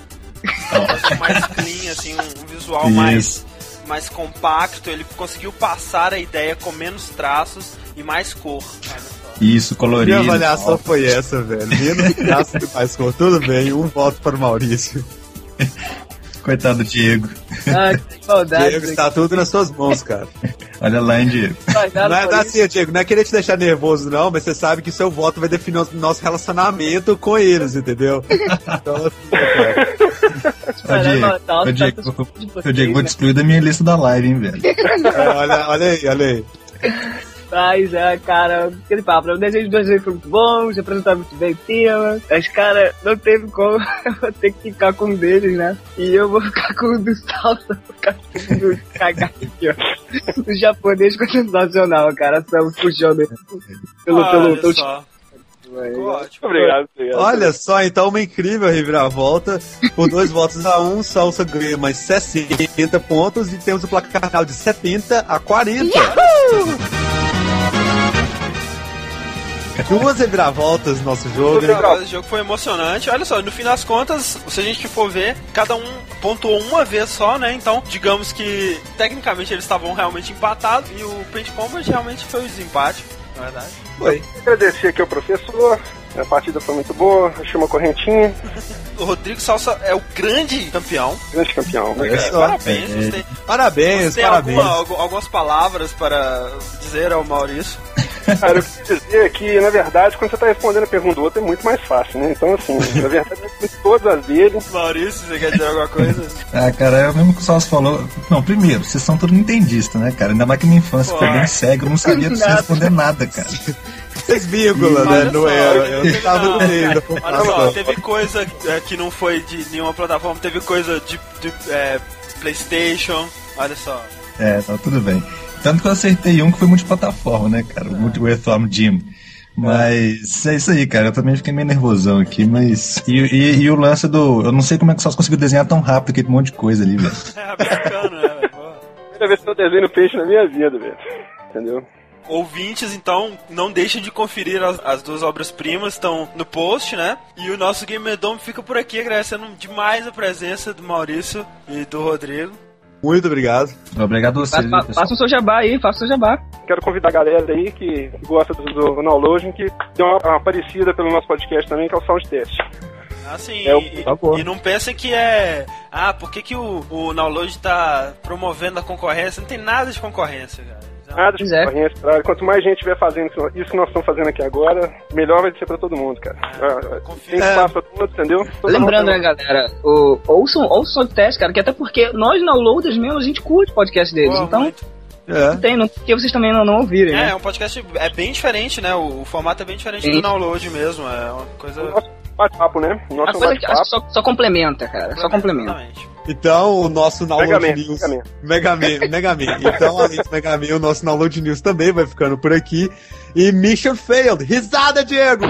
[SPEAKER 2] Nossa, mais clean, assim, um um visual mais,
[SPEAKER 6] isso.
[SPEAKER 2] mais compacto. Ele conseguiu passar a ideia com menos traços e mais cor. Olha só.
[SPEAKER 6] Isso, colorido.
[SPEAKER 1] Minha avaliação foi essa, velho. Menos graça que mais cor. Tudo bem, um voto para o Maurício.
[SPEAKER 6] Coitado do Diego.
[SPEAKER 5] Ah, que saudade.
[SPEAKER 1] Diego, tá- está tudo nas suas mãos, cara.
[SPEAKER 6] Olha lá, hein, Diego.
[SPEAKER 1] Não é não é assim, Diego, não é querer te deixar nervoso, não, mas você sabe que seu voto vai definir o nosso relacionamento com eles, entendeu? Então, assim, cara.
[SPEAKER 6] Ô, Diego,
[SPEAKER 5] tá
[SPEAKER 6] ô, Diego, ô, Diego,
[SPEAKER 5] né?
[SPEAKER 6] vou te excluir da minha lista da live, hein, velho.
[SPEAKER 1] É, olha, olha aí, olha aí.
[SPEAKER 5] Mas, é, cara, aquele papo, né? o desenho de dois vezes foi muito bom, se apresentaram muito bem o tema, mas, cara, não teve como, (laughs) eu vou ter que ficar com um deles, né? E eu vou ficar com o do salsa, vou ficar com o do cagado aqui, ó. Do japonês com o sensacional, cara, Samu puxando ele pelo, pelo,
[SPEAKER 2] Ah,
[SPEAKER 5] tipo,
[SPEAKER 2] Olha
[SPEAKER 5] pelo,
[SPEAKER 2] só. Ficou ótimo.
[SPEAKER 7] Obrigado, obrigado.
[SPEAKER 1] Olha só, então, uma incrível reviravolta. Por dois votos a um, Salsa ganha mais 60 pontos e temos o placar final de 70 a 40. Duas reviravoltas no nosso jogo. hein?
[SPEAKER 2] Cara, Esse jogo foi emocionante. Olha só, no fim das contas, se a gente for ver, cada um pontuou uma vez só, né? Então, digamos que tecnicamente eles estavam realmente empatados e o Paint Combat realmente foi o desempate, na verdade.
[SPEAKER 1] Foi.
[SPEAKER 7] Agradecer aqui ao professor. A partida foi muito boa, achei uma correntinha.
[SPEAKER 2] O Rodrigo Salsa é o grande campeão.
[SPEAKER 7] Grande campeão.
[SPEAKER 1] Olha
[SPEAKER 2] É,
[SPEAKER 1] só.
[SPEAKER 2] parabéns. Você tem,
[SPEAKER 1] Parabéns,
[SPEAKER 2] você é tem
[SPEAKER 1] parabéns.
[SPEAKER 2] alguma- algu- algumas palavras para dizer ao Maurício?
[SPEAKER 7] Cara, eu queria dizer que, na verdade, quando você tá respondendo a pergunta do outro, é muito mais fácil, né? Então, assim, na verdade, eu fiz todas as dele.
[SPEAKER 2] Maurício, você quer dizer alguma coisa?
[SPEAKER 1] (laughs)
[SPEAKER 6] Ah, cara, é o mesmo que o Salso falou. Não, primeiro, vocês são tudo nintendista, né, cara? Ainda mais que minha infância
[SPEAKER 2] Pô.
[SPEAKER 6] foi bem cega, eu não sabia pra você responder nada, cara.
[SPEAKER 1] Seis vírgulas, né?
[SPEAKER 2] Olha
[SPEAKER 1] Não
[SPEAKER 2] só,
[SPEAKER 1] era.
[SPEAKER 2] eu
[SPEAKER 1] Eu
[SPEAKER 2] não sei
[SPEAKER 1] estava
[SPEAKER 2] não.
[SPEAKER 1] no meio da
[SPEAKER 2] Olha só,
[SPEAKER 1] comparação.
[SPEAKER 2] teve coisa é, que não foi de nenhuma plataforma, teve coisa de, de, é, PlayStation. Olha só. (laughs)
[SPEAKER 6] É, tá tudo bem. Tanto que eu acertei um que foi multiplataforma, né, cara? O Multi Earthworm Jim. Mas é isso aí, cara. Eu também fiquei meio nervosão aqui, mas. E, e- e o lance do. Eu não sei como é que o Salso conseguiu desenhar tão rápido aquele monte de coisa ali, velho.
[SPEAKER 2] É bacana, né? velho? Boa.
[SPEAKER 7] Primeira vez que eu desenho peixe na minha vida, velho. Entendeu?
[SPEAKER 2] Ouvintes, então, não deixem de conferir as, as duas obras-primas, estão no post, né? E o nosso Gamer Dome fica por aqui, agradecendo demais a presença do Maurício e do Rodrigo.
[SPEAKER 1] Muito obrigado.
[SPEAKER 6] Obrigado a vocês,
[SPEAKER 5] Fa-
[SPEAKER 6] viu,
[SPEAKER 5] fa-
[SPEAKER 6] pessoal.
[SPEAKER 5] Faça o seu jabá aí, faça o seu jabá.
[SPEAKER 7] Quero convidar a galera aí que gosta do, do downloading, que deu uma, uma parecida pelo nosso podcast também, que é o Soundtest.
[SPEAKER 2] Assim,
[SPEAKER 7] É,
[SPEAKER 2] e,
[SPEAKER 1] tá bom.
[SPEAKER 2] e não pensem que é. Ah, por que, que o, o Download tá promovendo a concorrência? Não tem nada de concorrência, cara. Então,
[SPEAKER 7] Nada de
[SPEAKER 5] Pois é.
[SPEAKER 7] concorrência, pra- Quanto mais gente estiver fazendo isso- isso que nós estamos fazendo aqui agora, melhor vai ser pra todo mundo, cara. Ah,
[SPEAKER 2] confia.
[SPEAKER 7] Tem espaço pra todos, entendeu? Todo
[SPEAKER 5] Lembrando,
[SPEAKER 7] mundo-
[SPEAKER 5] né, galera, o, ouçam, ouçam o teste, cara, que até porque nós downloaders mesmo, a gente curte o podcast deles,
[SPEAKER 2] boa,
[SPEAKER 5] então
[SPEAKER 2] muito.
[SPEAKER 1] É.
[SPEAKER 5] não tem, não tem que vocês também não, não ouvirem,
[SPEAKER 2] É,
[SPEAKER 5] né?
[SPEAKER 2] é um podcast é bem diferente, né? O, o formato é bem diferente
[SPEAKER 5] Sim.
[SPEAKER 2] do download mesmo. É uma coisa.
[SPEAKER 7] Bate-papo, né? Nosso
[SPEAKER 5] A coisa que acho que
[SPEAKER 7] bate-papo.
[SPEAKER 5] só, só complementa, cara, é só complementa.
[SPEAKER 2] Exatamente.
[SPEAKER 1] Então, o nosso
[SPEAKER 7] Mega
[SPEAKER 1] Download
[SPEAKER 7] Man,
[SPEAKER 1] News.
[SPEAKER 7] Mega Man.
[SPEAKER 1] Megaman, Megaman. Então, além do Megaman, o nosso Download News também vai ficando por aqui. E Mission Failed. Risada, Diego!